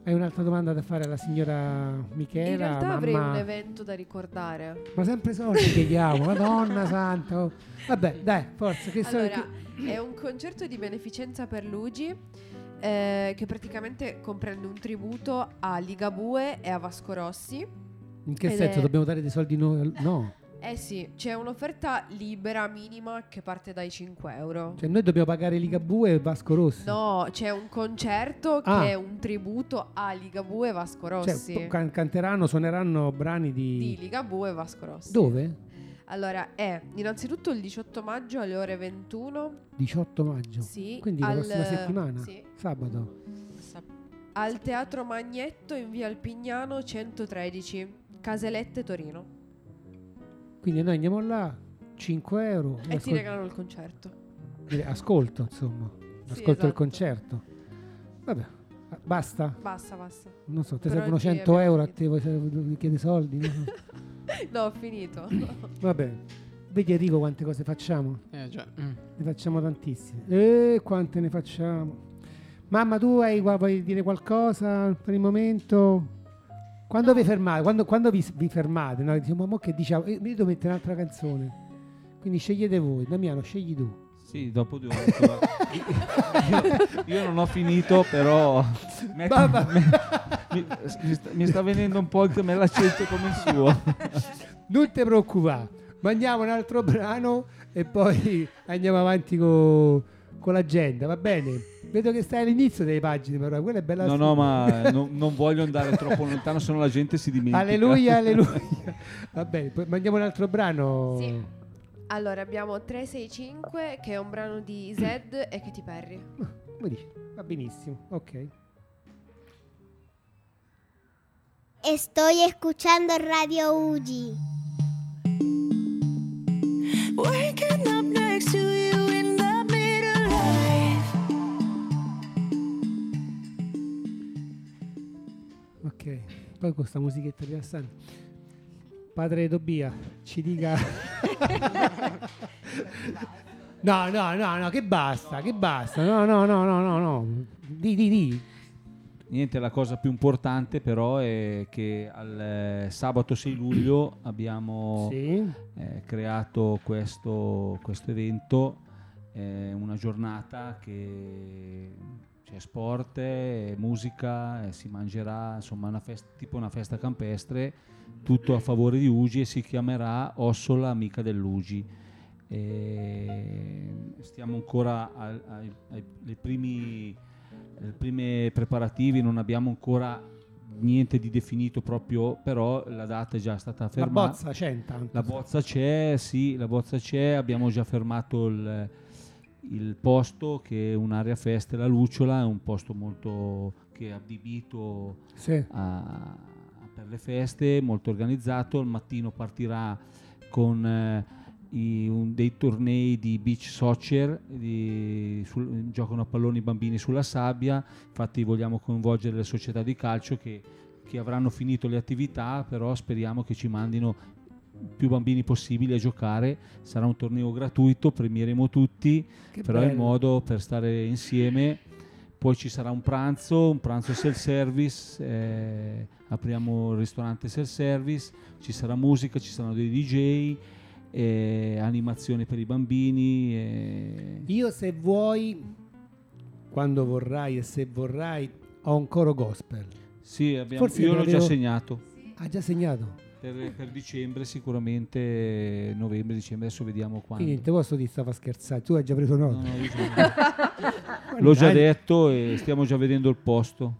S2: Hai un'altra domanda da fare alla signora Michela?
S4: In realtà avrei
S2: mamma?
S4: un evento da ricordare.
S2: Ma sempre soldi chiediamo, Madonna santa. oh. Vabbè, dai, forza. Che soldi-
S4: Allora, è un concerto di beneficenza per Luigi eh, che praticamente comprende un tributo a Ligabue e a Vasco Rossi.
S2: in che
S4: ed
S2: senso?
S4: è-
S2: Dobbiamo dare dei soldi noi? No.
S4: Eh sì, c'è un'offerta libera minima che parte dai 5 euro.
S2: Cioè noi dobbiamo pagare Ligabue e Vasco Rossi.
S4: No, c'è un concerto
S2: Ah.
S4: che è un tributo a Ligabue e Vasco
S2: Cioè,
S4: Rossi.
S2: po- can- canteranno, suoneranno brani di...
S4: di Ligabue e Vasco Rossi.
S2: Dove?
S4: Allora, è innanzitutto il 18 maggio alle ore 21
S2: 18 maggio.
S4: Sì,
S2: Quindi la
S4: al-
S2: prossima settimana.
S4: sì.
S2: Sabato.
S4: al Teatro Magnetto in via Alpignano 113, Caselette Torino.
S2: Quindi noi andiamo là, 5 euro.
S4: E ti
S2: ascol-
S4: regalano il concerto.
S2: dire, ascolto, insomma. Ascolto il
S4: esatto.
S2: concerto. Vabbè, ah, basta.
S4: Basta, basta.
S2: Non so, ti
S4: Per
S2: servono
S4: oggi
S2: 100
S4: abbiamo
S2: euro a te, vuoi- vuoi- chiedi soldi? No?
S4: No, ho finito.
S2: Vabbè, vedi Enrico quante cose facciamo?
S7: Eh già.
S2: Ne facciamo tantissime. E quante ne facciamo? Mamma, tu hai, qua- vuoi dire qualcosa per il momento? Quando vi fermate, quando, quando vi, vi fermate, no? diciamo, "Ma mo che diciamo, Eh, mi devo mettere un'altra canzone. Quindi scegliete voi, Damiano, scegli tu.
S5: Sì, dopo due ore. ancora. [LAUGHS] io, io non ho finito, però metti-
S2: Vabbè.
S5: [LAUGHS] mi, mi sta, mi sta venendo un po' il me l'accento come il suo.
S2: Non ti preoccupare, mandiamo un altro brano e poi [LAUGHS] andiamo avanti co- con l'agenda, va bene? Vedo che stai all'inizio delle pagine, però quella è bella.
S5: No, no, ma non, non voglio andare troppo lontano, se no la gente si dimentica. [LAUGHS]
S2: Alleluia, alleluia. Va bene, poi mandiamo un altro brano.
S4: Sì. [LAUGHS] Allora, abbiamo 365 che è un brano di Zed e Katy Perry.
S2: Ma, come dici? Va benissimo, ok.
S10: Estoy escuchando Radio Uji.
S11: Waking up next to you in the middle life.
S2: Ok, poi questa musichetta rilassante. Padre Tobia, ci dica... no, no, no, no, che basta, che basta. No, no, no, no, no, no. Di, di, di.
S5: Niente, la cosa più importante però è che al eh, sabato 6 luglio abbiamo
S2: Sì.
S5: eh, creato questo, questo evento, eh, una giornata che cioè, c'è sport, eh, musica, eh, si mangerà, insomma una fest- tipo una festa campestre, tutto a favore di Ugi e si chiamerà Ossola Amica dell'Ugi. E stiamo ancora al- ai, ai- ai primi ai primi preparativi, non abbiamo ancora niente di definito proprio, però la data è già stata
S2: La
S5: fermata.
S2: bozza c'è intanto.
S5: La bozza c'è, sì, la bozza c'è, abbiamo già fermato il, il posto che è un'area festa, la Lucciola, è un posto molto che è adibito
S2: Sì.
S5: Ah, a- Ah, per le feste, molto organizzato, al mattino partirà con eh, i- un- dei tornei di beach soccer, di- sul- giocano a palloni i bambini sulla sabbia, infatti vogliamo coinvolgere le società di calcio che, che avranno finito le attività, però speriamo che ci mandino più bambini possibili a giocare, sarà un torneo gratuito, premieremo tutti,
S2: Che
S5: però è il
S2: bello.
S5: modo per stare insieme. Poi ci sarà un pranzo, un pranzo self-service, eh, apriamo il ristorante self-service, ci sarà musica, ci saranno dei DJ, eh, animazione per i bambini. eh.
S2: Io se vuoi, quando vorrai e se vorrai, ho un coro gospel.
S5: Sì, abbiamo-
S2: Forse
S5: io
S2: ne
S5: l'ho già
S2: avevo-
S5: segnato.
S2: Ha già segnato.
S5: Per, per dicembre sicuramente, novembre, dicembre, adesso vediamo quando.
S2: Quindi te posso ti stava scherzando, tu hai già preso
S5: No,
S2: nota. eh, [LAUGHS]
S5: no, io L'ho già
S2: Mannaggia.
S5: detto e stiamo già vedendo il posto.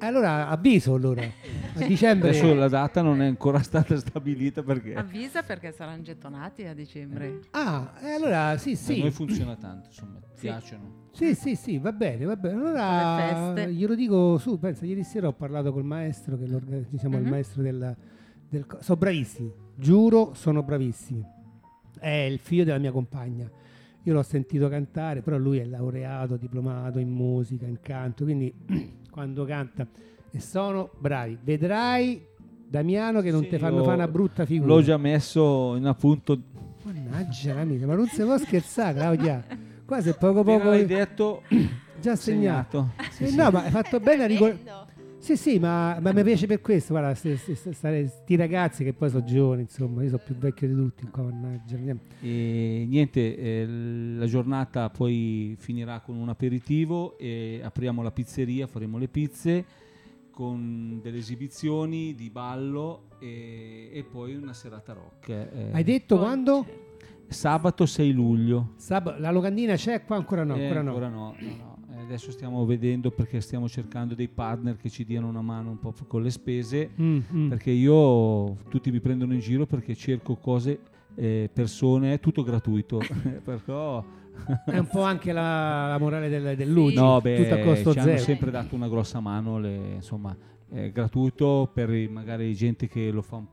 S2: Allora avviso allora. A dicembre.
S5: Adesso la data non è ancora [LAUGHS] stata stabilita perché
S3: Avvisa perché saranno gettonati a dicembre.
S2: Ah, e allora sì,
S5: per noi
S2: sì.
S5: funziona tanto, insomma, piacciono.
S2: Sì, sì, sì, va bene, va bene.
S3: Con le
S2: Allora
S3: feste.
S2: glielo dico su, pensa, ieri sera ho parlato col maestro, che lo organi- diciamo il
S3: Mhm.
S2: maestro della- del... co- Sono bravissimi, giuro, sono bravissimi. È il figlio della mia compagna. Io l'ho sentito cantare, però lui è laureato, diplomato in musica, in canto, quindi [CLEARS THROAT] quando canta e sono bravi. Vedrai, Damiano, che non
S5: Sì,
S2: ti fanno
S5: io
S2: fare una brutta figura.
S5: L'ho già messo in appunto.
S3: [LAUGHS]
S2: Mannaggia la miseria, ma non si può scherzare, Claudia. Qua se poco
S5: Appena
S2: poco...
S5: l'hai detto,
S2: Già segnato.
S5: Segnato.
S2: Eh,
S5: Sì,
S2: No,
S5: sì.
S2: ma hai fatto bene a ricordare. Sì, sì, ma, ma mi piace per questo. Guarda, questi ragazzi che poi sono giovani, insomma, io sono più vecchio di tutti. Qua, mannaggia. niente.
S5: E niente, eh, la giornata poi finirà con un aperitivo e apriamo la pizzeria, faremo le pizze con delle esibizioni di ballo e, e poi una serata rock. eh.
S2: Hai detto quando?
S5: Sabato 6 luglio.
S2: Sab- la locandina c'è qua? Ancora no,
S5: Eh,
S2: ancora no.
S5: ancora no, no, no. Eh, Adesso stiamo vedendo perché stiamo cercando dei partner che ci diano una mano un po' f- con le spese,
S2: Mm, mm.
S5: [LAUGHS] perché io tutti mi prendono in giro perché cerco cose, eh, persone, è tutto gratuito, [LAUGHS] però...
S2: È un po' anche la, la morale del, dell'Ugi,
S5: No, beh,
S2: tutto a costo
S5: ci hanno
S2: zero.
S5: sempre dato una grossa mano, le- insomma, è gratuito per i- magari gente che lo fa un-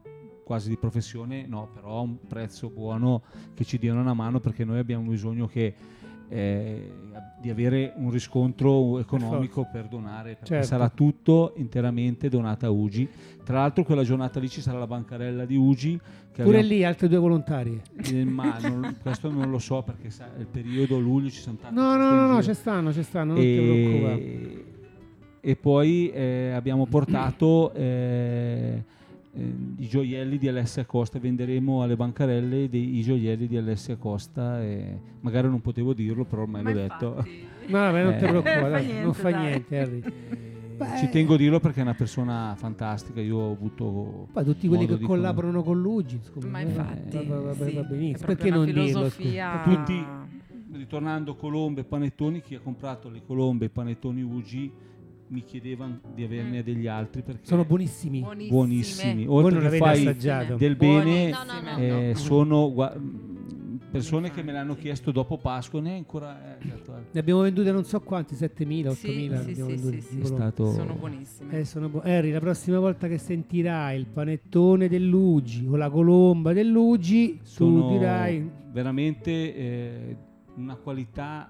S5: quasi di professione, no, però a un prezzo buono che ci diano una mano perché noi abbiamo bisogno che, eh, di avere un riscontro economico per, donare, perché
S2: Certo.
S5: sarà tutto interamente donata a Ugi. Tra l'altro quella giornata lì ci sarà la bancarella di Ugi. Che
S2: Pure
S5: abbiamo-
S2: lì altri due volontari.
S5: Eh, ma non- questo non lo so perché sa, il periodo luglio ci sono tanti
S2: No, no, no, no, ci stanno, ci stanno, non ti preoccupare.
S5: e poi eh, abbiamo portato eh, eh, i gioielli di Alessia Costa, venderemo alle bancarelle dei, i gioielli di Alessia Costa. e magari non potevo dirlo, però ormai l'ho detto.
S2: [LAUGHS] No, vabbè, non ti
S5: Eh,
S2: preoccupare,
S5: eh,
S2: dai,
S5: fa
S2: non fa
S5: niente,
S2: niente, Harry.
S5: [LAUGHS] Ci tengo a dirlo perché è una persona fantastica. Io ho avuto.
S2: Poi tutti quelli
S5: modo
S2: che
S5: di conoscere-
S2: collaborano con Luigi, secondo
S3: Ma
S2: me,
S3: infatti,
S2: Eh, va, va- va-
S3: sì,
S2: va
S3: è
S2: benissimo.
S3: proprio
S2: Perché
S3: una
S2: non dirlo?
S3: filosofia-
S2: scusa?
S5: tutti ritornando colombe e panettoni chi ha comprato le colombe e i panettoni Ugi mi chiedevano di averne degli altri perché
S2: Sono buonissimi.
S5: buonissimi,
S2: Buonissime. Voi
S5: oltre
S2: non
S5: che
S2: l'avete
S5: fai
S2: assaggiato.
S5: del bene
S2: Buonissime. No, no, no.
S5: eh,
S2: No.
S5: sono gua- mm, persone che me l'hanno chiesto dopo Pasqua ne è ancora eh, certo, eh.
S2: Ne abbiamo vendute non so quanti, 7.000, 8.000.
S5: Sì, sì,
S2: abbiamo
S5: sì,
S2: vendute
S5: sì,
S2: in
S5: sì. È
S2: Colombia.
S5: stato- Sono
S3: buonissime.
S2: Eh, sono bu- Harry, la prossima volta che sentirai il panettone del Luigi o la colomba del Luigi,
S5: sono
S2: tu dirai
S5: veramente eh, una qualità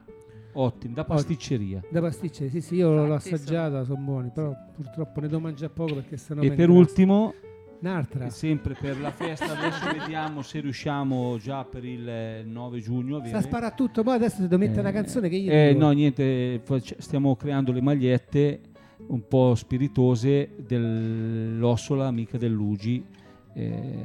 S5: ottima da pasticceria
S2: da pasticceria. Sì, sì, io l'ho assaggiata, sono buoni, però purtroppo ne devo mangiare poco perché sennò
S5: E
S2: mi
S5: per
S2: ingrasso.
S5: ultimo,
S2: Un'altra.
S5: sempre per la festa, adesso vediamo se riusciamo già per il eh, 9 giugno.
S2: Sta
S5: avere-
S2: spara tutto, poi adesso ti devo mettere una
S5: Eh,
S2: canzone che io
S5: eh,
S2: dico.
S5: no, niente, fac- stiamo creando le magliette un po' spiritose dell'ossola amica dell'Ugi. Eh,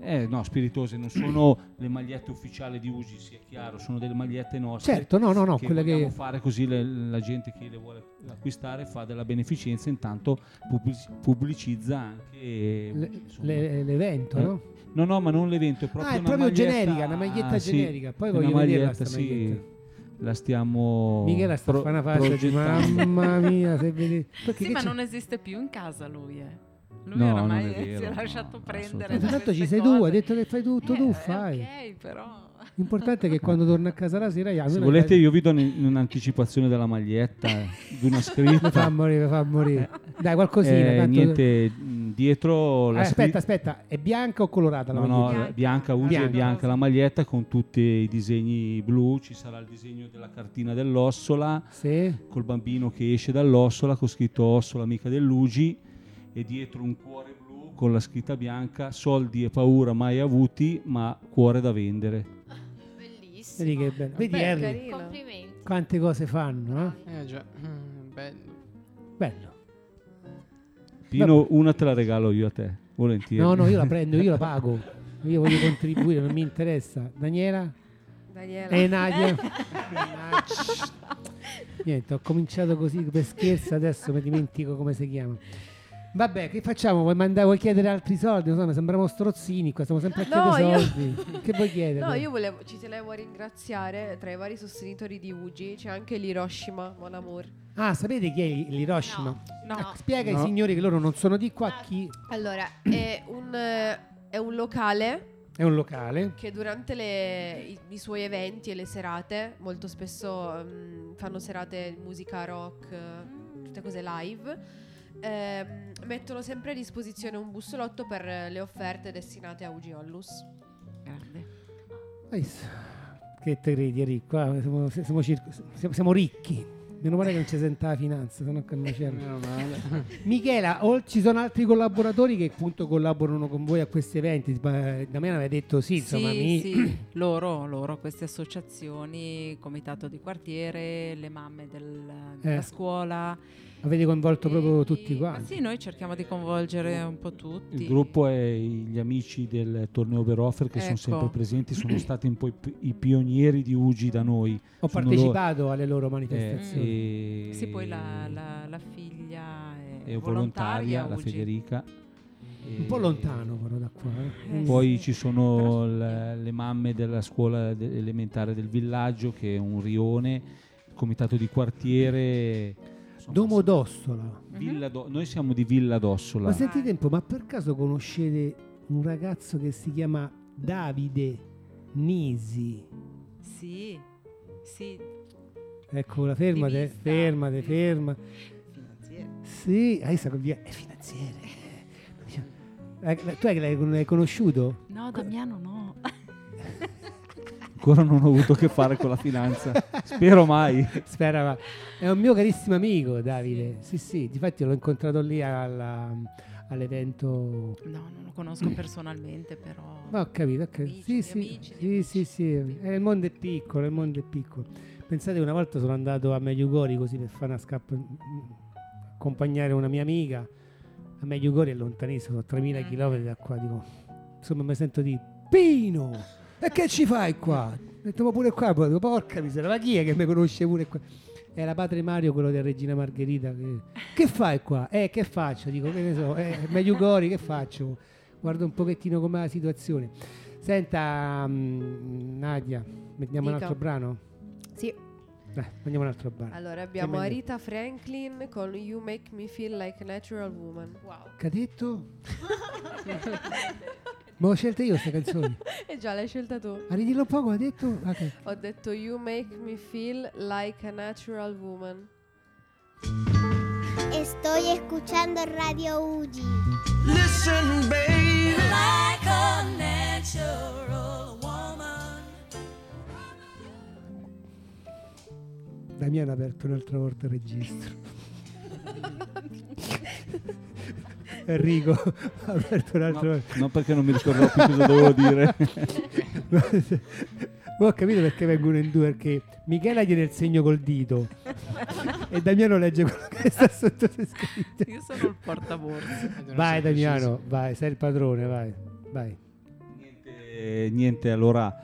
S5: eh, no, spiritose non sono le magliette ufficiali di Ugi, sia chiaro, sono delle magliette nostre.
S2: Certo, no, no, no,
S5: che
S2: quelle che-
S5: vogliamo fare così le- la gente che le vuole acquistare fa della beneficenza, intanto pubblic- pubblicizza anche eh,
S2: Le-
S5: Ugi, insomma.
S2: le- l'evento,
S5: Eh,
S2: no?
S5: No, no, ma non l'evento, è proprio
S2: Ah, è
S5: una
S2: proprio
S5: maglietta- Ah,
S2: generica, una maglietta
S5: sì,
S2: generica. Poi
S5: è
S2: voglio
S5: una
S2: vederla
S5: maglietta,
S2: sta
S5: sì.
S2: maglietta.
S5: La stiamo
S2: Michela sta a
S5: Oh, pro-
S2: fare una faccia di
S5: progettando.
S2: mamma mia, se vedi... Perché
S3: Sì,
S2: che
S3: ma
S2: c'è?
S3: non esiste più in casa lui, eh. Lui
S5: No,
S3: oramai
S5: non è vero,
S3: [LAUGHS] si è
S5: no,
S3: lasciato prendere.
S2: Ma
S3: da
S2: tanto ci
S3: queste
S2: sei tu, hai
S3: cose.
S2: detto che fai tutto, tu fai.
S3: Eh, Ok, però. [LAUGHS]
S2: L'importante è che quando torna a casa la sera...
S5: Se volete io vi do ne- un'anticipazione della maglietta, eh, di
S2: [LAUGHS]
S5: una scritta.
S2: Mi fa morire, mi fa morire. Dai, qualcosina.
S5: Eh,
S2: tanto-
S5: niente, mh, dietro
S2: Eh,
S5: la
S2: aspetta,
S5: scritta...
S2: aspetta, è bianca o colorata la
S5: No, eh. no,
S2: maglietta?
S5: bianca, Ugi è bianca la maglietta con tutti i disegni blu, ci sarà il disegno della cartina dell'ossola, col bambino che esce dall'ossola, con scritto ossola amica dell'Ugi, e dietro un cuore blu con la scritta bianca, soldi e paura mai avuti, ma cuore da vendere.
S8: Bellissimo.
S2: Vedi che bello. Vedi
S8: Beh,
S2: Harry,
S8: carino. Complimenti.
S2: quante cose fanno, eh?
S7: Eh già, mm, bello.
S2: Bello.
S5: Pino, una te la regalo io a te, volentieri.
S2: No, no, io la prendo, io la pago. Io voglio contribuire, non mi interessa. Daniela?
S4: Daniela.
S2: E Eh,
S4: [LAUGHS]
S2: Nadia? Mannaggia. Niente, ho cominciato così per scherzo, adesso mi dimentico come si chiama. Vabbè, che facciamo? Vuoi, mandare, vuoi chiedere altri soldi? Non so, mi sembriamo strozzini qua, stiamo sempre a
S4: No,
S2: chiedere
S4: io-
S2: soldi.
S4: [LAUGHS]
S2: Che vuoi chiedere?
S4: No, io volevo, ci tenevo a ringraziare tra i vari sostenitori di Ugi c'è anche l'Hiroshima, Mon Amour.
S2: Ah, sapete chi è l'Hiroshima?
S4: No, no.
S2: Ah, Spiega ai
S4: No.
S2: signori che loro non sono di qua, chi
S4: Allora, è un, eh, è un locale
S2: è un locale.
S4: che durante le- i, i suoi eventi e le serate, molto spesso mm, fanno serate di musica rock, eh, tutte cose live, ehm, mettono sempre a disposizione un bussolotto per eh, le offerte destinate a Ugi Ollus.
S2: Ai, s- Che te credi, Enrico? Qua Siamo, siamo circo- siamo- siamo ricchi. Meno male che non ci senta la finanza, sennò che mi
S7: Meno male.
S2: Michela, o- ci sono altri collaboratori che appunto collaborano con voi a questi eventi? eh, Sba- Da me l'aveva detto sì, insomma,
S3: sì,
S2: mi- [CLEARS THROAT]
S3: sì, loro, loro, queste associazioni, il comitato di quartiere, le mamme del- della
S2: Eh.
S3: scuola.
S2: avete coinvolto proprio tutti
S3: Ma
S2: quanti.
S3: sì, noi cerchiamo di coinvolgere un po' tutti.
S5: Il gruppo è i- gli amici del torneo Beroffer che sono
S3: Ecco.
S5: sempre presenti,
S2: [CLEARS THROAT]
S5: sono stati un po' i, pi- i pionieri di Ugi da noi.
S2: Ho
S5: Sono
S2: partecipato
S5: loro-
S2: alle loro
S5: Eh,
S2: manifestazioni.
S5: e-
S3: Sì, poi la, la- la figlia è,
S5: è volontaria,
S3: volontaria,
S5: la
S3: Ugi.
S5: Federica. Eh,
S2: Un po' lontano però da qua. eh.
S5: Poi ci sono l- le mamme della scuola de- elementare del villaggio che è un rione, il comitato di quartiere.
S2: Domodossola.
S5: Villa Do- noi siamo di Villa Dossola.
S2: Ma sentite un po', ma per caso conoscete un ragazzo che si chiama Davide Nisi?
S3: Sì, sì,
S2: Eccola, Ecco, fermate, fermate, ferma.
S3: finanziere.
S2: Sì, ah, sta con via- è finanziere. [LAUGHS] Eh, Tu hai- l'hai l'hai conosciuto?
S3: No, Damiano
S2: [LAUGHS]
S3: no.
S5: Ancora non ho avuto a che fare con la finanza. Spero mai.
S2: Spera, ma è un mio carissimo amico Davide. Sì, sì, difatti l'ho incontrato lì alla- all'evento.
S3: No, non lo conosco personalmente, però.
S2: Ma ho capito, ho capito. sì, sì, sì, sì, sì. Eh, il mondo è piccolo, il mondo è piccolo. Pensate che una volta sono andato a Megliugori così per fare una scappa, accompagnare una mia amica. A Megliugori è lontanissimo, sono 3.000 km da qua, dico, insomma mi sento di Pino, e che ci fai qua? Ho detto, ma pure qua, poi dico, porca miseria, ma chi è che mi conosce pure qua? Era padre Mario, quello della regina Margherita. Che, "Che fai qua? Eh, che faccio? Dico, che ne so, eh, Megliugori, che faccio? Guardo un pochettino com'è la situazione. Senta, mm, Nadia, mettiamo un
S4: Dica.
S2: altro brano?
S4: Sì.
S2: Dai, mandiamo un altro brano.
S4: Allora abbiamo
S2: Che meglio.
S4: Arita Franklin con You Make Me Feel Like a Natural Woman. [LAUGHS] Wow.
S2: Che ha detto? Ma ho scelto io queste canzoni.
S4: e già l'hai scelta tu.
S2: A ridillo un po' come ha detto? Ah, che-
S4: Ho detto You Make Me Feel Like a Natural Woman.
S10: Estoy escuchando Radio Uji.
S11: Listen, baby. Like a natural woman.
S2: Damiano ha aperto un'altra volta il registro. Enrico ha aperto un'altra volta.
S5: No, perché non mi ricordavo più cosa dovevo dire.
S2: Ma ho capito perché vengono in due, perché Michela gli dà il segno col dito e Damiano legge quello che sta sotto le scritte.
S3: Io sono il portaborse.
S2: Vai Damiano, vai, sei il padrone, vai. vai.
S5: Eh, niente, allora,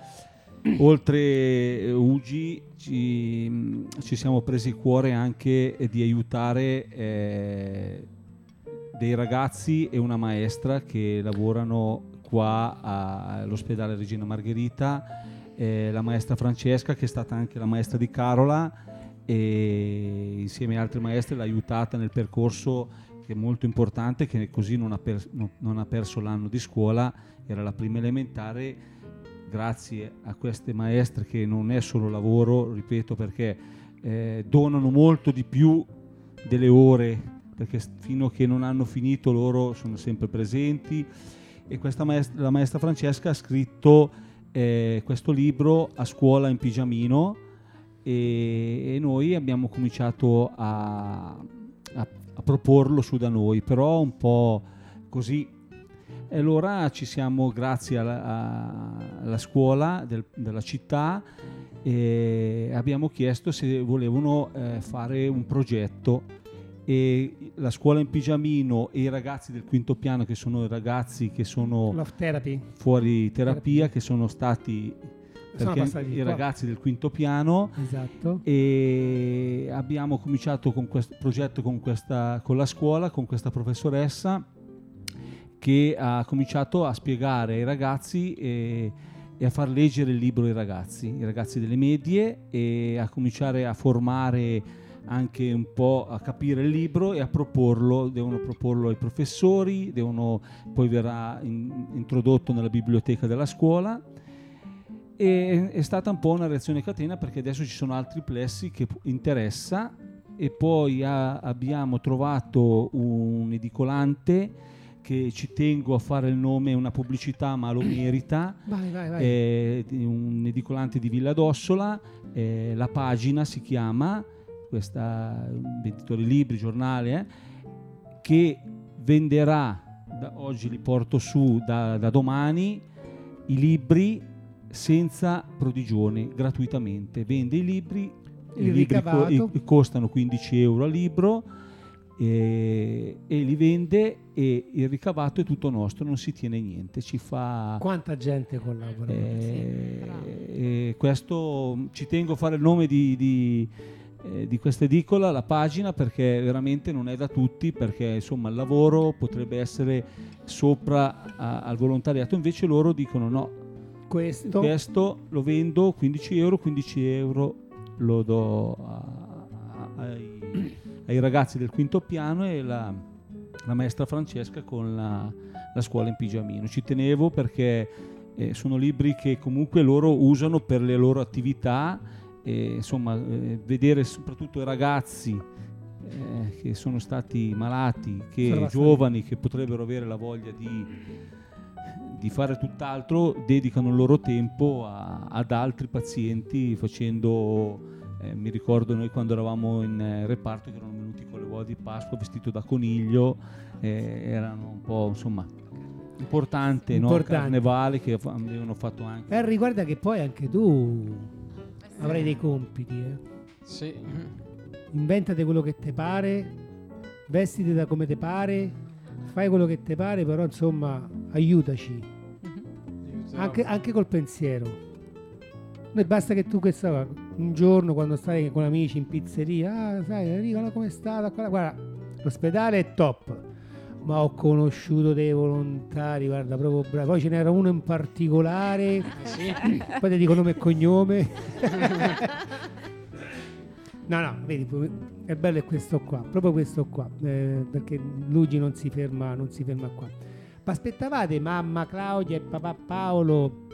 S5: oltre eh, Ugi ci, mh, ci siamo presi il cuore anche eh, di aiutare eh, dei ragazzi e una maestra che lavorano qua a- all'ospedale Regina Margherita, eh, la maestra Francesca che è stata anche la maestra di Carola e insieme a altre maestre l'ha aiutata nel percorso che è molto importante, che così non ha, per- non- non ha perso l'anno di scuola, era la prima elementare, grazie a queste maestre che non è solo lavoro, ripeto, perché eh, donano molto di più delle ore, perché s- fino a che non hanno finito loro sono sempre presenti e questa maest- la maestra Francesca ha scritto eh, questo libro a scuola in pigiamino e, e noi abbiamo cominciato a, a- a proporlo su da noi, però un po' così. E allora ci siamo, grazie alla, a- alla scuola del- della città, e abbiamo chiesto se volevano eh, fare un progetto e la scuola in pigiamino e i ragazzi del quinto piano che sono i ragazzi che sono
S2: Love therapy.
S5: fuori terapia che sono stati
S2: Sono
S5: perché
S2: passati
S5: i
S2: qua.
S5: ragazzi del quinto piano
S2: Esatto.
S5: e abbiamo cominciato con questo progetto con, questa, con la scuola con questa professoressa che ha cominciato a spiegare ai ragazzi e, e a far leggere il libro ai ragazzi, i ragazzi delle medie, e a cominciare a formare anche un po' a capire il libro e a proporlo, devono proporlo ai professori, devono- poi verrà in- introdotto nella biblioteca della scuola. E è stata un po' una reazione a catena perché adesso ci sono altri plessi che p- interessa e poi a- abbiamo trovato un edicolante che ci tengo a fare il nome, una pubblicità ma lo merita,
S2: Vai, vai, vai.
S5: Eh, è di- un edicolante di Villa d'Ossola, eh, la pagina si chiama questa un venditore libri, giornale, eh, che venderà, da oggi li porto su da, da domani, i libri senza prodigioni, gratuitamente. Vende i libri,
S2: Il
S5: i libri co-
S2: ricavato.
S5: i- costano 15 euro a libro eh, e, li vende e il ricavato è tutto nostro, non si tiene niente, ci fa...
S2: Quanta gente collabora?
S5: Eh, eh, questo mh, ci tengo a fare il nome di, di, eh, di questa edicola, la pagina, perché veramente non è da tutti, perché insomma il lavoro potrebbe essere sopra a- al volontariato, invece loro dicono no,
S2: Questo?
S5: questo lo vendo 15 euro, 15 euro lo do a- a- ai, ai ragazzi del quinto piano e la, la maestra Francesca con la, la scuola in pigiamino. Ci tenevo perché eh, sono libri che comunque loro usano per le loro attività, e, insomma eh, vedere soprattutto i ragazzi eh, che sono stati malati,
S2: Sono
S5: che
S2: abbastanza-
S5: giovani che potrebbero avere la voglia di di fare tutt'altro dedicano il loro tempo a- ad altri pazienti facendo eh, mi ricordo noi quando eravamo in eh, reparto che erano venuti con le uova di Pasqua vestito da coniglio eh, erano un po' insomma importante, no?
S2: Importante.
S5: carnevale che fa- avevano fatto anche
S2: Harry, guarda Eh, che poi anche tu avrai dei compiti. Eh.
S7: Sì.
S2: Inventate quello che te pare, vestiti da come te pare, fai quello che te pare, però insomma aiutaci.
S3: Mhm.
S2: eh, Anche, anche col pensiero. Noi basta che tu questa un giorno quando stai con amici in pizzeria, ah, sai, Enrico, allora com'è stata? Guarda, guarda, l'ospedale è top. Ma ho conosciuto dei volontari, guarda, proprio bravi. Poi ce n'era uno in particolare. [CLEARS THROAT] Poi ti dico nome e cognome. no, no, vedi, pu- è bello è questo qua, proprio questo qua, eh, perché Luigi non si ferma, non si ferma qua. Ma aspettavate mamma Claudia e papà Paolo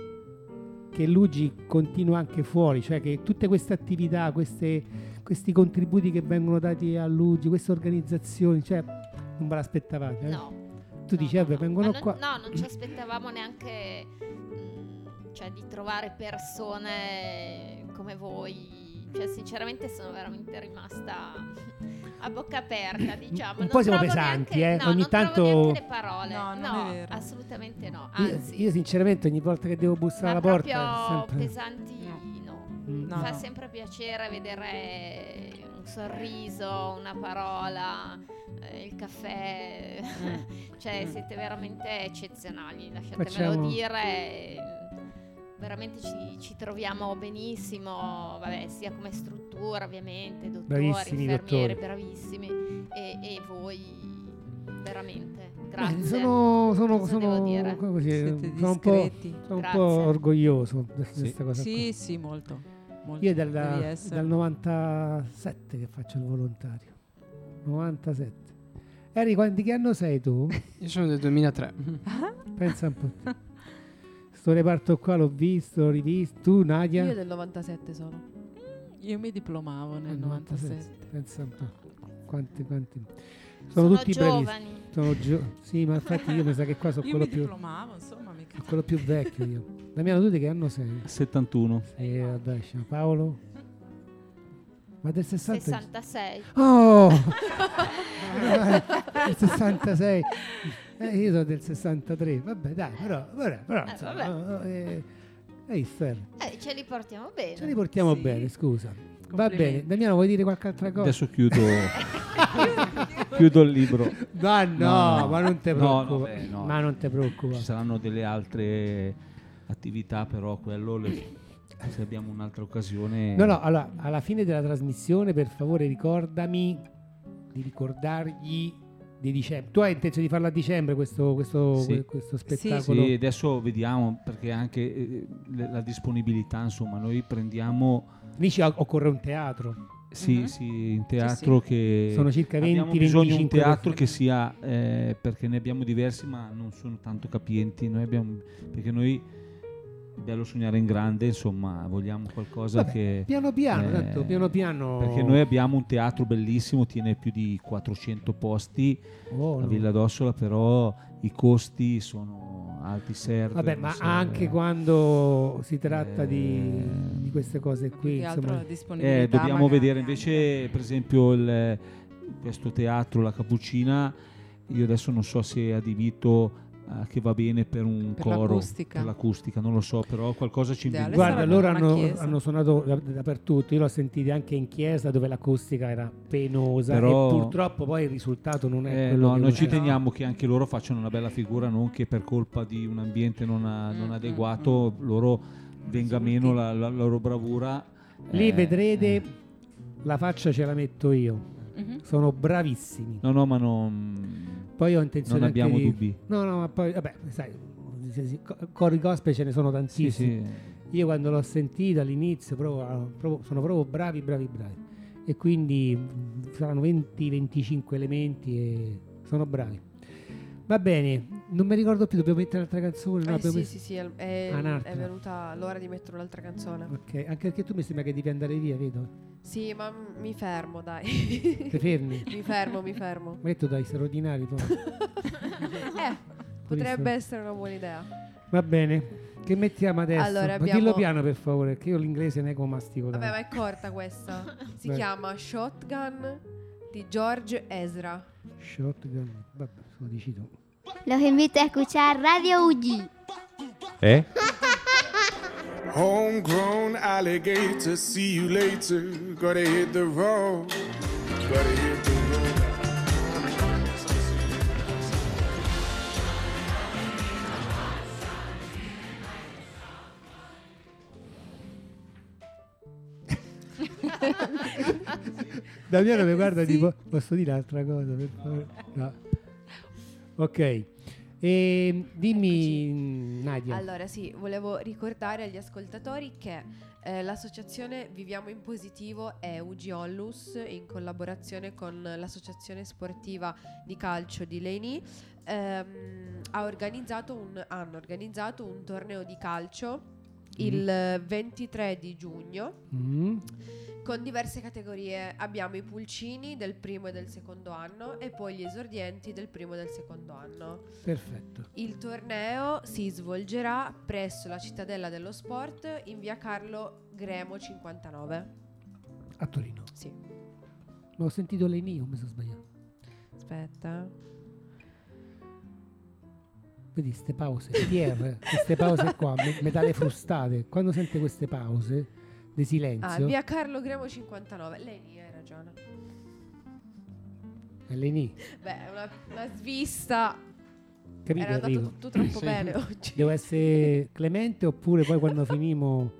S2: che Luigi continua anche fuori, cioè che tutte queste attività, queste- questi contributi che vengono dati a Luigi, queste organizzazioni, cioè non ve l'aspettavate? eh?
S8: No.
S2: Tu dici, vabbè,
S8: Ma
S2: vengono
S8: Ah, non-
S2: qua.
S8: No, non ci aspettavamo neanche mm, cioè, di trovare persone come voi. Cioè, sinceramente sono veramente rimasta a bocca aperta, diciamo.
S2: Un
S8: Non
S2: po' siamo
S8: trovo
S2: pesanti,
S8: neanche-
S2: eh,
S8: no,
S2: ogni
S8: non trovo
S2: tanto-
S8: neanche le parole.
S3: No,
S8: No,
S3: non è vero.
S8: assolutamente no.
S2: Io-
S8: Anzi,
S2: Io, sinceramente ogni volta che devo bussare alla
S8: ma
S2: porta...
S8: proprio
S2: è sempre-
S8: pesanti no.
S2: Mm.
S3: No,
S8: Fa
S3: no.
S8: sempre piacere vedere un sorriso, una parola, eh, il caffè. [LAUGHS] cioè, siete veramente eccezionali, lasciatemelo
S2: Eh. Mm. Facciamo-
S8: dire. Veramente ci, ci troviamo benissimo, vabbè, sia come struttura, ovviamente, dottori,
S2: Bravissimi
S8: infermieri,
S2: dottori.
S8: bravissimi, e, e voi veramente.
S2: Beh,
S8: Grazie.
S2: Sono, sono,
S8: cioè, Cosa devo
S2: sono-
S8: dire?
S2: come così,
S3: Siete
S2: sono un po',
S3: discreti.
S2: sono un
S8: Grazie.
S2: po' orgoglioso di questa cosa.
S3: sì,
S2: qui.
S3: sì, molto. molto.
S2: Io è
S3: Devi
S2: dalla-
S3: essere.
S2: dal 97 che faccio il volontario. 97. Eri, quan- di che anno sei
S3: [LAUGHS]
S2: tu?
S7: Io sono del 2003.
S2: Pensa un po'. te. Sto reparto qua l'ho visto, l'ho rivisto. Tu, Nadia?
S4: Io del 97 sono.
S3: Io mi diplomavo nel
S2: Nel
S3: 97.
S2: Pensa un po'. Quanti, quanti.
S8: Sono
S2: tutti
S8: giovani.
S2: bravissimi. Sono gio- sì, ma infatti io mi sa che qua sono
S3: Io mi
S2: quello più,
S3: diplomavo, insomma, mica.
S2: quello più vecchio io. Damiano, tu di che anno sei?
S5: 71
S2: E vabbè, c'è Paolo. Ma del 60?
S8: 66.
S2: [LAUGHS] Oh! del 66. Eh, io sono del 63. Vabbè, dai, però, però, però,
S8: Eh,
S2: insomma,
S8: vabbè.
S2: eh, eh, ehi, Fer,
S8: Eh, ce li portiamo bene.
S2: ce li portiamo
S3: Sì.
S2: bene, scusa. Va
S3: Complimenti.
S2: bene, Damiano, vuoi dire qualche altra cosa? [LAUGHS]
S5: adesso chiudo chiudo il libro
S2: No, no,
S5: No, no.
S2: ma non te
S5: No,
S2: preoccupa.
S5: no, beh, no.
S2: Ma non te preoccupa.
S5: Ci saranno delle altre attività, però quello le- se abbiamo un'altra occasione.
S2: No, no, allora, alla fine della trasmissione, per favore, ricordami di ricordargli di dicembre. Tu hai intenzione di farla a dicembre questo, questo,
S5: Sì.
S2: que- questo spettacolo?
S5: Sì, adesso vediamo perché anche eh, le- la disponibilità, insomma, noi prendiamo
S2: Lì ci o- occorre un teatro.
S5: sì,
S3: Mhm.
S5: sì, in teatro che
S2: Sono circa 20
S5: abbiamo bisogno di un
S2: 25
S5: teatro che sia eh, perché ne abbiamo diversi, ma non sono tanto capienti, noi abbiamo perché noi è bello sognare in grande, insomma, vogliamo qualcosa
S2: Vabbè,
S5: che
S2: Piano piano,
S5: Eh,
S2: tanto piano piano.
S5: Perché noi abbiamo un teatro bellissimo, tiene più di 400 posti
S2: Oh,
S5: a
S2: no.
S5: Villa d'Ossola, però i costi sono alti serve.
S2: Vabbè,
S5: non
S2: ma
S5: serve.
S2: anche quando si tratta di,
S5: Eh,
S2: di di queste cose qui.
S3: che altro
S2: insomma.
S3: la disponibilità,
S5: Eh, dobbiamo
S3: magari
S5: vedere invece, per esempio, il- eh, questo teatro, la Cappuccina. Io adesso non so se è adibito eh, che va bene per un
S3: Per
S5: coro,
S3: l'acustica.
S5: per l'acustica, non lo so, però qualcosa ci
S3: Ideale
S5: inventa.
S2: Guarda, loro hanno, hanno suonato da- dappertutto, io l'ho sentita anche in chiesa dove l'acustica era penosa
S5: Però-
S2: e purtroppo poi il risultato non è
S5: Eh,
S2: quello
S5: no,
S2: che
S5: noi ci
S2: era.
S5: teniamo che anche loro facciano una bella figura, non che per colpa di un ambiente non, a-
S3: Mm,
S5: non adeguato loro venga meno la, la loro bravura.
S2: Lì
S5: Eh,
S2: vedrete la faccia ce la metto io.
S3: Mhm.
S2: Sono bravissimi.
S5: No, no, ma non...
S2: Poi ho intenzione
S5: Non
S2: anche
S5: abbiamo
S2: di-
S5: dubbi.
S2: No, no, ma poi vabbè, sai, se si- co- cori gospel ce ne sono tantissimi. Io quando l'ho sentita all'inizio proprio- ah, proprio- sono proprio bravi, bravi, bravi. E quindi mh, saranno 20-25 elementi e sono bravi. Va bene, non mi ricordo più, dobbiamo mettere un'altra canzone. no?
S4: Eh,
S2: Abbiamo
S4: sì,
S2: messo-
S4: sì, sì, è, è-
S2: Un'altra.
S4: è venuta l'ora di mettere un'altra canzone.
S2: Ok, anche perché tu mi sembra che devi andare via, vedo.
S4: Sì, ma m- mi fermo, dai.
S2: [LAUGHS] Ti fermi?
S4: mi fermo, mi fermo.
S2: Ma che tu dai straordinari
S4: [LAUGHS]
S2: poi.
S4: Eh, potrebbe essere una buona idea.
S2: Va bene. Che mettiamo adesso?
S4: Allora,
S2: Ma
S4: abbiamo-
S2: Dillo piano per favore, che io l'inglese ne mastico.
S4: Vabbè,
S2: tanto.
S4: ma è corta questa. Si
S2: Beh.
S4: chiama Shotgun di George Ezra.
S2: Shotgun. Vabbè, lo dici tu.
S10: Los invito a escuchar Radio UG.
S12: Eh?
S13: Homegrown alligator, see you later. Gotta hit the road. Gotta hit the road.
S2: Damiano
S4: Eh,
S2: mi guarda tipo, posso dire un'altra cosa per favore? No. Ok. E, dimmi mh, Nadia.
S4: Allora, sì, volevo ricordare agli ascoltatori che eh, l'associazione Viviamo in Positivo è UG Ollus in collaborazione con l'associazione sportiva di calcio di Leni. ehm, ha organizzato un- hanno organizzato un torneo di calcio il 23 di giugno
S2: Mm.
S4: con diverse categorie. Abbiamo i pulcini del primo e del secondo anno e poi gli esordienti del primo e del secondo anno.
S2: Perfetto.
S4: Il torneo si svolgerà presso la cittadella dello sport in via Carlo Gremo 59.
S2: A Torino.
S4: Sì.
S2: Ma ho sentito lei mio, mi sono sbagliato.
S4: Aspetta.
S2: Vedi queste pause, [LAUGHS] Pierre, queste pause qua, me- metale frustate. Quando sente queste pause di
S4: Ah,
S2: silenzio,
S4: via Carlo Gremo 59. Lei lì hai ragione.
S2: è Leni.
S4: Beh, è una, una svista.
S2: Capito,
S4: Era andato
S2: Enrico?
S4: tutto troppo
S2: [LAUGHS]
S4: bene oggi.
S2: Devo essere clemente oppure poi quando finimo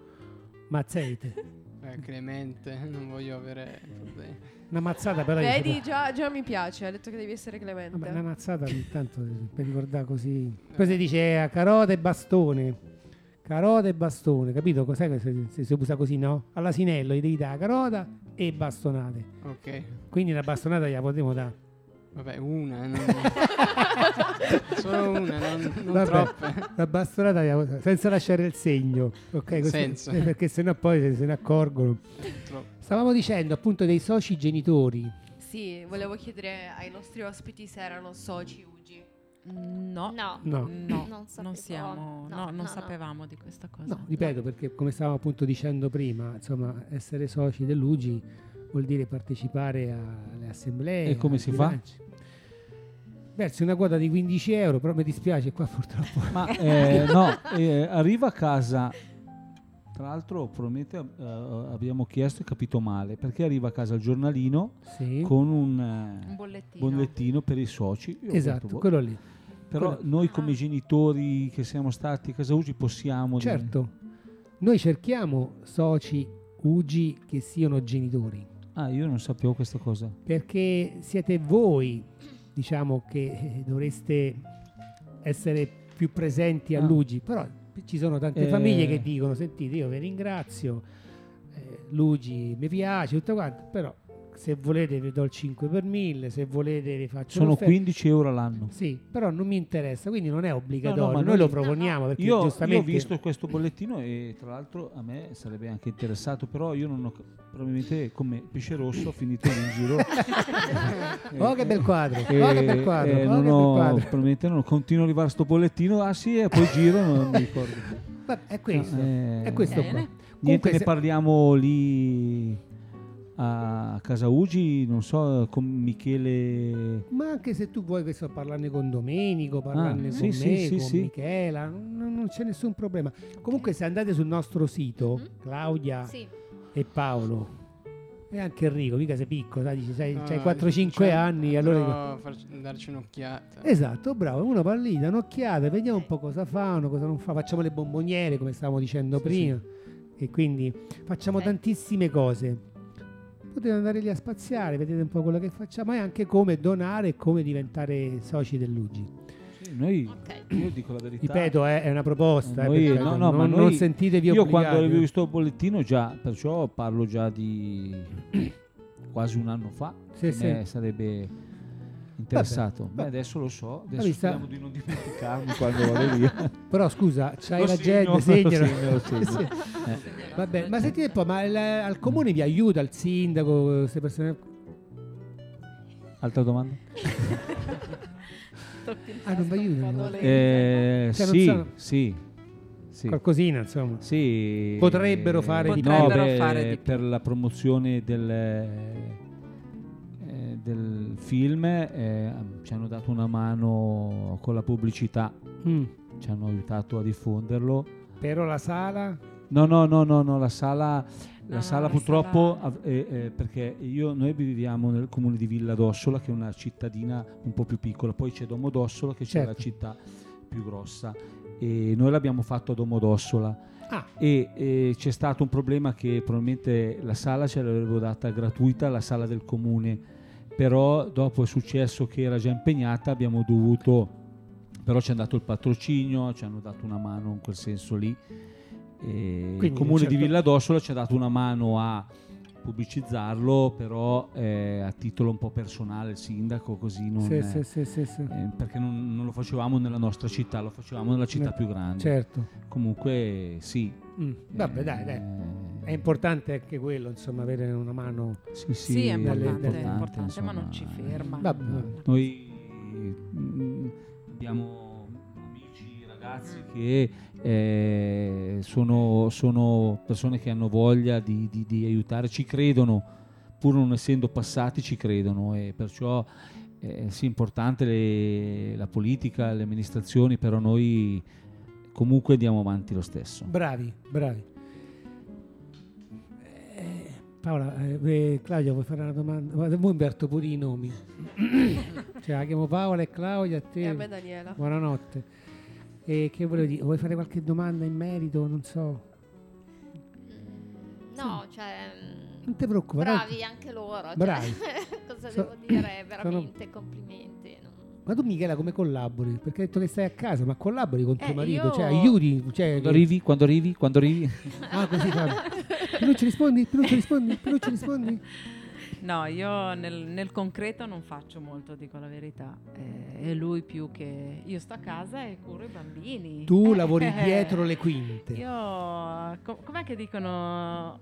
S2: [LAUGHS] mazzate.
S7: Eh, Clemente, [LAUGHS] non voglio avere problemi.
S2: Una mazzata però... io
S4: Vedi,
S2: sapevo-
S4: già, già mi piace. Ha detto che devi essere clemente.
S2: Vabbè, una mazzata
S7: [LAUGHS]
S2: ogni tanto per ricordare così. Poi si dice eh, carota e bastone. Carota e bastone, capito? Cos'è che se, se si usa così, no? All'asinello gli devi dare carota e bastonate.
S7: Ok.
S2: Quindi la bastonata gliela potremo dare.
S7: Vabbè, una,
S2: [LAUGHS]
S7: eh, non... solo una, non, non
S2: Vabbè,
S7: troppe.
S2: La bastonata gliela pot- senza lasciare il segno, ok? Così-
S7: Senza.
S2: eh, Perché sennò poi se, se ne accorgono.
S7: Troppo.
S2: Stavamo dicendo appunto dei soci genitori.
S4: Sì, volevo chiedere ai nostri ospiti se erano soci UGI.
S3: No,
S8: no,
S2: No.
S3: no,
S8: Non
S3: non,
S8: sapevo.
S3: siamo,
S8: No,
S3: no,
S8: no,
S3: non
S8: no.
S3: sapevamo di questa cosa.
S2: No, ripeto, perché come stavamo appunto dicendo prima, insomma, essere soci dell'UGI vuol dire partecipare a- alle assemblee.
S5: E come
S2: ai
S5: si fa?
S2: bilanci. Versi una quota di 15 euro, però mi dispiace qua [LAUGHS] purtroppo.
S5: Ma eh, no, eh, arriva a casa. Tra l'altro, probabilmente eh, abbiamo chiesto e capito male perché arriva a casa il giornalino
S2: Sì.
S5: con un, eh,
S3: Un bollettino.
S5: bollettino per i soci. Io ho
S2: Esatto,
S5: detto, boh.
S2: quello lì.
S5: Però
S2: Quello- Ah.
S5: noi, come genitori che siamo stati a casa Ugi, possiamo. dire-
S2: Certo, noi cerchiamo soci UGI che siano genitori,
S5: Ah, io non sapevo questa cosa.
S2: perché siete voi, diciamo, che eh, dovreste essere più presenti
S5: Ah.
S2: all'UGI, però ci sono tante
S5: Eh.
S2: famiglie che dicono, sentite, io vi ringrazio, eh, l'UGI mi piace, tutto quanto, però se volete vi do il 5 per 1000, se volete vi faccio
S5: Sono
S2: un'offerta".
S5: 15 euro all'anno.
S2: Sì, però non mi interessa, quindi non è obbligatorio,
S5: ma
S2: noi,
S5: noi-
S2: lo proponiamo perché
S5: Io, io ho
S2: giustamente...
S5: visto questo bollettino e tra l'altro a me sarebbe anche interessato, però io non ho probabilmente come pesce rosso ho finito in giro.
S2: [LAUGHS] Oh, che bel quadro, oh, che bel quadro,
S5: eh,
S2: oh,
S5: non
S2: che bel
S5: ho-
S2: quadro.
S5: Probabilmente non continuo
S2: [LAUGHS]
S5: a arrivare sto bollettino, ah sì, e poi giro, non mi ricordo.
S2: Vabbè, è questo,
S5: Eh,
S2: è questo qua.
S5: Bene. Niente,
S2: Comunque
S5: ne
S2: se-
S5: parliamo lì a Casa Ugi, non so, con Michele...
S2: Ma anche se tu vuoi questo, parlarne con Domenico, parlarne
S5: Ah, sì,
S2: con
S5: sì,
S2: me,
S5: sì,
S2: con
S5: sì.
S2: Michela, non, non c'è nessun problema. Comunque se andate sul nostro sito, Claudia
S8: Sì.
S2: e Paolo, e anche Enrico, mica sei piccolo, sai, dici, sai,
S5: Ah,
S7: No,
S2: c'hai
S7: no,
S2: 4-5
S7: cioè,
S2: anni, allora...
S7: andrò a farci- darci un'occhiata.
S2: Esatto, bravo, uno va lì, dà un'occhiata, vediamo un po' cosa fanno, cosa non fa, facciamo le bomboniere come stavamo dicendo prima e quindi facciamo tantissime cose. Potete andare lì a spaziare, vedete un po' quello che facciamo e anche come donare e come diventare soci dell'UGI.
S5: Sì, Noi,
S2: [CLEARS THROAT]
S8: Mm.
S5: io dico la verità.
S2: Ripeto, è, è una proposta, eh,
S5: Noi-
S2: perché
S5: no,
S2: non,
S5: no, ma
S2: non
S5: noi-
S2: sentitevi
S5: Io
S2: obbligati. eh.
S5: quando avevo visto il bollettino già, perciò parlo già di quasi un anno fa,
S2: Sì,
S5: che
S2: sì.
S5: me sarebbe interessato.
S2: Vabbè,
S5: Beh,
S2: vabbè.
S5: adesso lo so,
S2: Ah,
S5: adesso
S2: mi sta-
S5: speriamo di non dimenticarmi quando vado via.
S2: Però scusa, c'hai
S5: Lo
S2: la
S5: segno,
S2: [LAUGHS] gente,
S5: [LAUGHS] lo
S2: segnalo.
S5: segno, lo segno.
S2: [LAUGHS] Sì.
S5: Eh.
S2: Vabbè, ma sentite un po', ma il- al comune vi aiuta, il sindaco, queste persone...
S5: Altra domanda?
S2: Ah, non vi aiutano?
S5: Eh,
S2: Cioè, non
S5: sì,
S2: so-
S5: sì, sì.
S2: Qualcosina, insomma.
S5: Sì.
S2: Potrebbero fare di più.
S5: no,
S2: Potrebbero
S5: beh,
S2: fare di più.
S5: per la promozione del, eh, del film eh, ci hanno dato una mano con la pubblicità,
S2: Mm.
S5: ci hanno aiutato a diffonderlo.
S2: Però la sala...
S5: No, no, no, no, no, la sala, la
S2: no,
S5: sala
S2: Ah, la
S5: purtroppo, av- eh, eh, perché io, noi viviamo nel comune di Villa d'Ossola, che è una cittadina un po' più piccola, poi c'è Domodossola, che c'è la
S2: Certo.
S5: città più grossa, e noi l'abbiamo fatto a Domodossola.
S2: Ah.
S5: E eh, c'è stato un problema che probabilmente la sala ce l'avrebbero data gratuita, la sala del comune, però dopo è successo che era già impegnata, abbiamo dovuto però ci hanno dato il patrocinio, ci hanno dato una mano in quel senso lì. E il
S2: Quindi,
S5: comune
S2: certo.
S5: di Villa d'Ossola ci ha dato una mano a pubblicizzarlo, però eh, a titolo un po' personale, il sindaco, così non,
S2: Sì,
S5: eh,
S2: sì, sì, sì, sì.
S5: eh, perché non, non lo facevamo nella nostra città, lo facevamo nella città
S2: Eh,
S5: più grande.
S2: certo.
S5: Comunque sì.
S2: Mm, Vabbè,
S5: Eh,
S2: dai, dai. È importante anche quello, insomma, avere una mano.
S5: Eh, Sì, sì, Sì, è importante,
S2: dalle- dalle-
S3: è importante, ma non ci
S5: insomma, eh,
S3: ferma.
S2: Vabbè,
S5: Noi mm, abbiamo amici, ragazzi
S3: Mm.
S5: che eh, sono, sono persone che hanno voglia di, di- di aiutare, ci credono, pur non essendo passati ci credono e perciò eh, sì, è importante le- la politica, le amministrazioni, però noi comunque andiamo avanti lo stesso.
S2: Bravi, bravi. Eh, Paola, eh, eh, Claudia, vuoi fare una domanda? Guarda, Voi Umberto pure i nomi. cioè, la chiamo Paola e Claudia a te.
S4: E a me Daniela.
S2: Buonanotte. E che volevo dire? Vuoi fare qualche domanda in merito? Non so.
S8: No, cioè... mm,
S2: Non ti preoccupare.
S8: Bravi anche loro. cioè,
S2: Bravi.
S8: [LAUGHS] cosa
S2: So-
S8: devo dire?
S2: [CLEARS THROAT] sono-
S8: Veramente complimenti. no?
S2: Ma tu Michela come collabori? Perché hai detto che stai a casa, ma collabori con tuo
S8: Eh,
S2: marito,
S8: io-
S2: cioè aiuti. Cioè,
S5: Quando arrivi, quando arrivi, quando arrivi. [LAUGHS]
S2: Ah, così fa. Pinuccio rispondi, Pinuccio rispondi, Pinuccio rispondi.
S3: No, io nel, nel concreto non faccio molto, dico la verità. Eh, è lui più che... Io sto a casa e curo i bambini.
S2: Tu
S3: Eh,
S2: lavori
S3: eh.
S2: dietro le quinte.
S3: Io... co- com'è che dicono?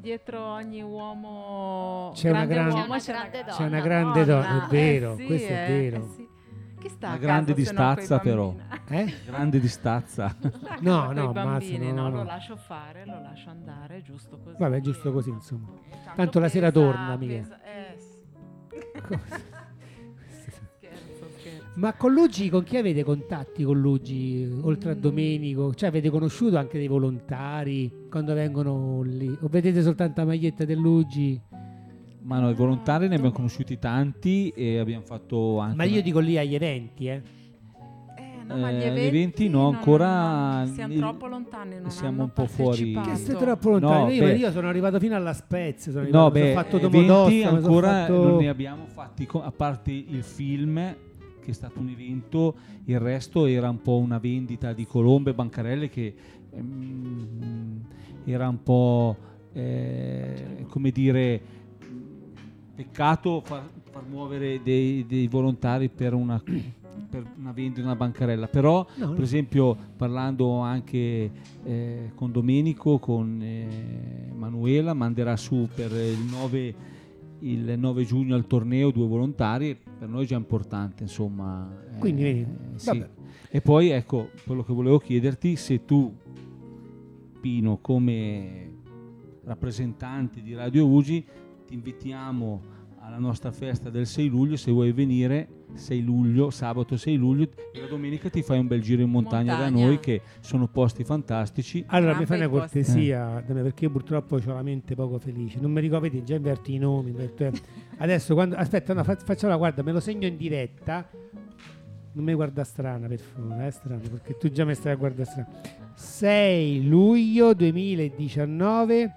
S3: Dietro ogni uomo...
S2: C'è una
S3: grande
S2: grande-
S3: uomo,
S2: C'è una grande
S3: gran-
S2: donna. C'è una grande donna, è vero,
S3: sì,
S2: questo è
S3: eh,
S2: vero.
S3: eh sì. Chi sta
S5: Una
S3: a
S5: grande
S3: casa se non coi
S5: distanza però.
S3: bambini?
S2: eh?
S5: Grande distanza.
S3: Sta a
S2: No,
S3: casa coi
S2: no,
S3: bambini,
S2: ammazza, no,
S3: no,
S2: no.
S3: lo lascio fare, lo lascio andare, giusto così.
S2: Vabbè, giusto così, insomma.
S3: Tanto
S2: Tanto la sera
S3: pesa-
S2: torna, Michela.
S3: pesa- eh, sì. scherzo, scherzo.
S5: Eh,
S2: Ma con Luigi, con chi avete contatti con Luigi, oltre a Domenico? Cioè avete conosciuto anche dei volontari quando vengono lì? O vedete soltanto la maglietta del Luigi?
S5: Ma noi volontari ne abbiamo conosciuti tanti e abbiamo fatto anche...
S2: Ma io dico lì agli eventi, eh?
S3: No, ma gli
S5: Eh,
S3: eventi,
S5: no,
S3: non-
S5: ancora...
S3: non- siamo
S5: il-
S3: troppo lontani, non
S5: siamo
S3: hanno
S5: un po' fuori.
S3: partecipato.
S2: Che siete troppo lontani.
S5: No,
S2: io,
S5: beh.
S2: io sono arrivato fino alla Spezia, sono
S5: No,
S2: arrivato,
S5: beh,
S2: sono fatto Domodossa, mi
S5: eventi
S2: sono
S5: ancora
S2: fatto-
S5: non ne abbiamo fatti, co- a parte il film che è stato un evento, il resto era un po' una vendita di colombe e bancarelle che ehm, era un po' eh, come dire peccato far, far muovere dei, dei volontari per una, per una vendita, una bancarella, però
S2: No, no.
S5: per esempio parlando anche eh, con Domenico, con eh, Manuela, manderà su per il 9, il 9 giugno al torneo due volontari, per noi è già importante insomma. eh,
S2: Quindi, vedi,
S5: sì.
S2: vabbè.
S5: E poi ecco quello che volevo chiederti, se tu Pino come rappresentanti di Radio Ugi, ti invitiamo alla nostra festa del 6 luglio, se vuoi venire 6 luglio, sabato 6 luglio e la domenica ti fai un bel giro in montagna, da
S2: Montagna.
S5: noi che sono posti fantastici.
S2: Allora, mi fai una
S5: Eh.
S2: cortesia, da me, perché io purtroppo ho la mente poco felice. Non mi ricordo, vedi, già inverti i nomi. inverto- eh. Adesso, quando... aspetta, no, fa- faccio una guarda, me lo segno in diretta. Non mi guarda strana, per favore, è strano, perché tu già mi stai a guardare strana. 6 luglio 2019.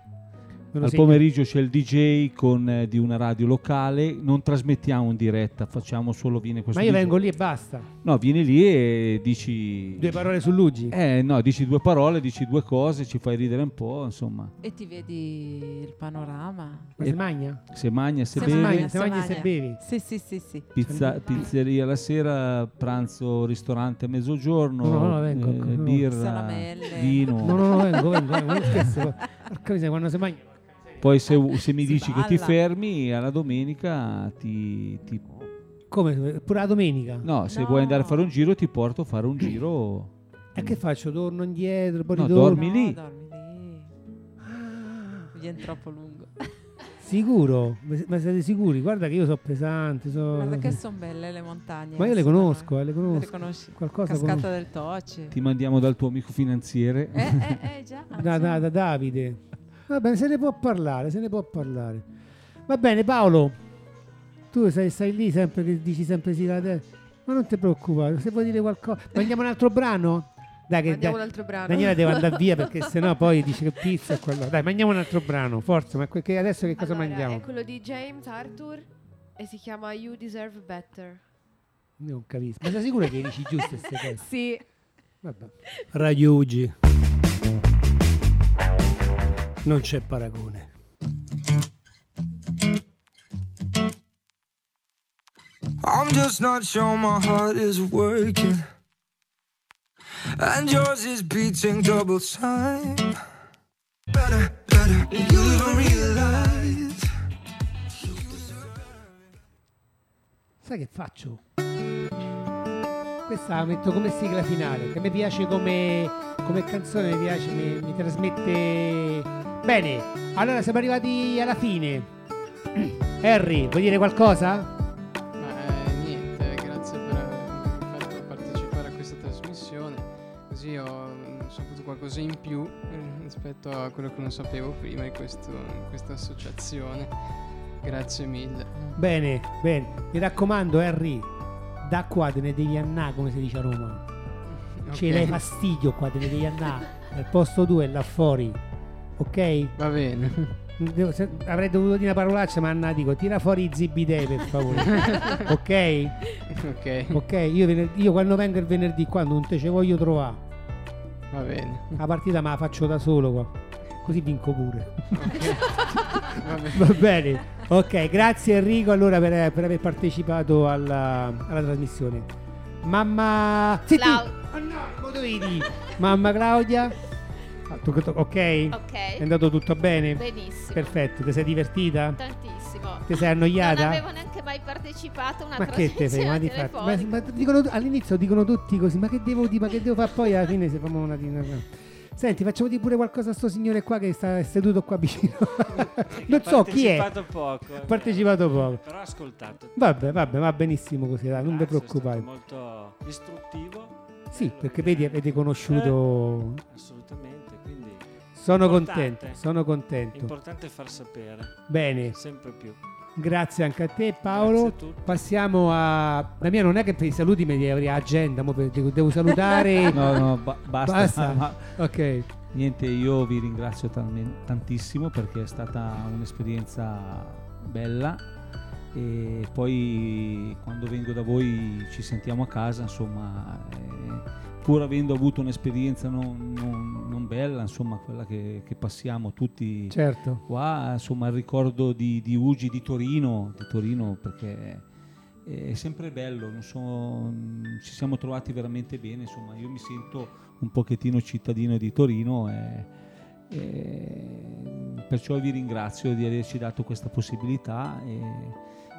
S2: me lo
S5: Al
S2: segno.
S5: pomeriggio c'è il DJ con, eh, di una radio locale, non trasmettiamo in diretta, facciamo solo viene questo
S2: Ma io
S5: DJ.
S2: vengo lì e basta.
S5: No, vieni lì e dici...
S2: Due parole su Luigi?
S5: Eh no, dici due parole, dici due cose, ci fai ridere un po', insomma.
S3: E ti vedi il panorama.
S2: Ma si magna?
S5: Se magna, Eh, se,
S3: Se
S5: beve,
S3: magna,
S2: se magna, se bevi.
S3: Sì, sì, sì, sì.
S5: pizza- pizzeria la sera, pranzo, ristorante a mezzogiorno,
S2: No, no, no, vengo,
S5: eh,
S2: no.
S5: birra,
S3: Salamelle.
S5: vino.
S2: No, no, no, vengo, vengo, vengo. non scherzo. Porca miseria, quando si magna...
S5: Poi se, se mi dici che ti
S2: balla.
S5: fermi, alla domenica ti... ti-
S2: Come? Pure la domenica?
S5: no, se vuoi andare a fare un giro ti porto a fare un giro...
S2: E che faccio? Torno indietro, poi
S5: No,
S2: ritorno?
S5: dormi lì.
S3: Viene
S2: [LAUGHS]
S3: troppo lungo.
S2: Sicuro? Ma ma siete sicuri? Guarda che io so pesante, so...
S3: Guarda che sono belle le montagne.
S2: Ma io le conosco, eh, le conosco.
S3: Le conosci?
S2: Qualcosa
S3: Cascata
S2: conosco.
S3: del Toci.
S5: Ti mandiamo dal tuo amico finanziere.
S3: Eh, eh, eh, già.
S2: Da, da- da Davide. Va bene, se ne può parlare, se ne può parlare. Va bene, Paolo. Tu sei, stai lì sempre che dici sempre sì alla testa. Ma non ti preoccupare, se vuoi dire qualcosa. Mandiamo un altro brano? Dai, che
S4: Mandiamo
S2: dai-
S4: un altro brano.
S2: Daniela deve andare via perché sennò poi dice che pizza e quello. Dai, mandiamo un altro brano, forza, ma que- che adesso che cosa mangiamo?
S4: È quello di James Arthur e si chiama You Deserve Better.
S2: Io Non capisco. Ma sei sicuro che dici giusto queste cose?
S4: Sì.
S2: Vabbè.
S12: Radio Ugi. Non c'è paragone.
S11: I'm just not sure my heart is working. And yours is beating double time. Better, better, you don't realize.
S2: Sai che faccio? Questa la metto come sigla finale, che mi piace come, come canzone, mi piace, mi, mi trasmette bene. Allora siamo arrivati alla fine. [CLEARS THROAT] Harry, vuoi dire qualcosa?
S7: Ma eh, niente, grazie per aver fatto partecipare a questa trasmissione. Così ho mm, saputo qualcosa in più eh, rispetto a quello che non sapevo prima di questo- questa associazione. Grazie mille.
S2: Bene, bene. Mi raccomando, Harry, da qua te ne devi annà, come si dice a Roma. Ce
S7: Ok.
S2: l'hai fastidio qua, te ne devi annà. Al posto 2 là fuori. Ok?
S7: Va bene.
S2: Devo- se- avrei dovuto dire una parolaccia, ma Anna dico, tira fuori i zibidei per favore. [LAUGHS]
S7: [LAUGHS]
S2: ok?
S7: Ok.
S2: Ok, io, vener- io quando vengo il venerdì qua non te ce voglio trovare.
S7: Va bene.
S2: La partita me la faccio da solo qua. Così vinco pure. [LAUGHS]
S7: Va bene.
S2: Va bene. Ok, grazie Enrico allora per, per aver partecipato alla, alla trasmissione. Mamma... Zitti! Oh no, lo dovevi dire. Mamma Claudia. Ah, tu- tu- ok?
S8: [LAUGHS] Ok.
S2: È andato tutto bene?
S8: Benissimo.
S2: Perfetto, ti sei divertita?
S8: Tantissimo.
S2: Ti sei annoiata?
S8: Non avevo neanche mai partecipato a una
S2: Ma
S8: [LAUGHS]
S2: che te frega, ma
S8: trasmissione
S2: di fatto. Ma,
S8: telefonica.
S2: ma dicono- all'inizio dicono tutti così, ma che devo dire, ma che devo fare? Poi alla fine se facciamo una una- una- Senti, facciamo dire pure qualcosa a sto signore qua che sta seduto qua
S9: [LAUGHS]
S2: vicino. non so chi è.
S9: partecipato poco, eh.
S2: Ha Partecipato poco.
S9: Però ha ascoltato.
S2: Vabbè, vabbè, va benissimo così, dai, non vi
S9: Grazie, È
S2: preoccupate.
S9: stato molto istruttivo. eh,
S2: Sì, perché vedi, avete conosciuto.
S9: Assolutamente, quindi
S2: Sono
S9: importante.
S2: contento, sono contento.
S9: Importante far sapere.
S2: Bene.
S9: Sempre più.
S2: Grazie anche a te Paolo.
S9: Grazie a tutti.
S2: Passiamo a... La mia non è che per i saluti mi devi avere agenda, mo per- devo, devo salutare...
S5: [LAUGHS] [LAUGHS] No, no, ba- basta. [LAUGHS] Ma-
S2: Ok.
S5: Niente, io vi ringrazio talmen- tantissimo perché è stata un'esperienza bella e poi quando vengo da voi ci sentiamo a casa, insomma, eh, pur avendo avuto un'esperienza non, non- non bella, insomma, quella che, che passiamo tutti
S2: Certo.
S5: qua, insomma, il ricordo di, di Ugi di Torino, di Torino perché è sempre bello, non so, mh, ci siamo trovati veramente bene, insomma io mi sento un pochettino cittadino di Torino e, e mm, perciò vi ringrazio di averci dato questa possibilità e,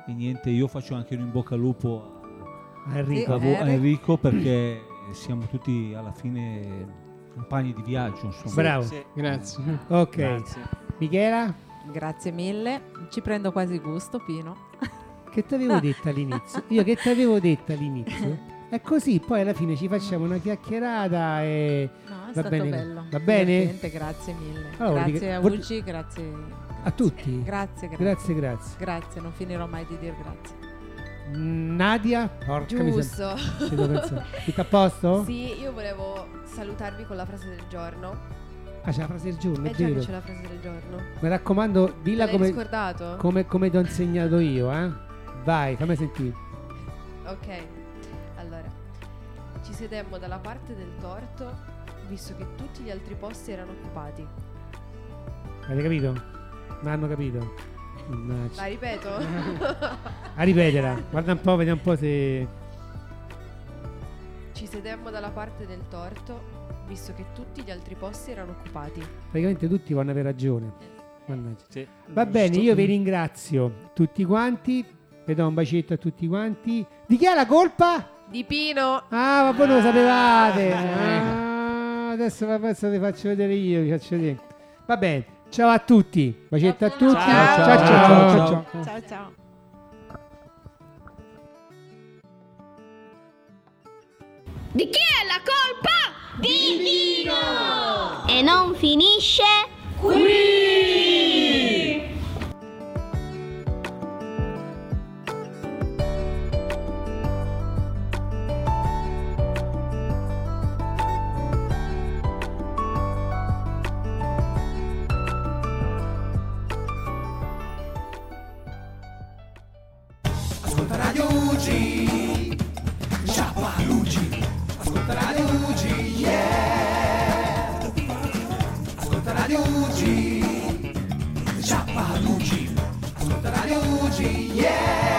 S5: e niente, io faccio anche un in bocca al lupo
S2: A Enrico.
S5: a vo- a
S2: Eric.
S5: Enrico perché siamo tutti alla fine compagni di viaggio. Insomma.
S2: Bravo.
S7: Grazie.
S2: Ok.
S5: Grazie.
S2: Michela,
S3: Grazie mille, ci prendo quasi gusto Pino.
S2: che ti avevo detto all'inizio? Io che ti avevo detto all'inizio?
S4: [LAUGHS]
S2: È così, poi alla fine ci facciamo una chiacchierata e...
S3: No, è
S2: va
S3: stato
S2: bene?
S3: bello.
S2: Va bene?
S3: divertente, grazie mille.
S2: Allora, vuol
S3: grazie
S2: dire-
S3: a
S2: vuol-
S3: Ugi, grazie.
S2: A tutti?
S3: Grazie, grazie.
S2: Grazie, grazie.
S3: Grazie, non finirò mai di dire grazie.
S2: Nadia, porca
S4: Giusto.
S2: miseria. Ci devo pensare. Tutto a posto?
S4: [LAUGHS] Sì, io volevo salutarvi con la frase del giorno.
S2: Ah, c'è la frase del giorno, è
S4: E Eh, già che
S2: vero.
S4: c'è la frase del giorno.
S2: Mi raccomando, dilla
S4: Te l'hai
S2: come,
S4: scordato?
S2: come, come ti ho insegnato io, eh? Vai, fammi sentire.
S4: Ok, allora ci sedemmo dalla parte del torto visto che tutti gli altri posti erano occupati.
S2: Avete capito? Non hanno capito. Mannaggia.
S4: La ripeto?
S2: [LAUGHS] A ripetela, guarda un po', vediamo un po' se.
S4: ci sedemmo dalla parte del torto visto che tutti gli altri posti erano occupati.
S2: Praticamente tutti vanno a avere ragione. Mannaggia.
S9: Sì.
S2: Va bene,
S9: Giusto.
S2: io vi ringrazio tutti quanti. Vi do un bacetto a tutti quanti. Di chi è la colpa?
S4: Di Pino!
S2: Ah, ma voi non lo sapevate. Ah, adesso, adesso vi faccio vedere io. Vi faccio vedere. Va bene, ciao a tutti. Bacetto a tutti.
S3: Ciao.
S2: ciao. ciao, ciao, ciao.
S3: Ciao ciao.
S8: Di chi è la colpa? Di Dino! E non finisce qui!
S14: Ascolta Radio UG Sciappa UG Ascolta Radio UG Yeah Ascolta Radio UG Sciappa UG Ascolta Radio UG Yeah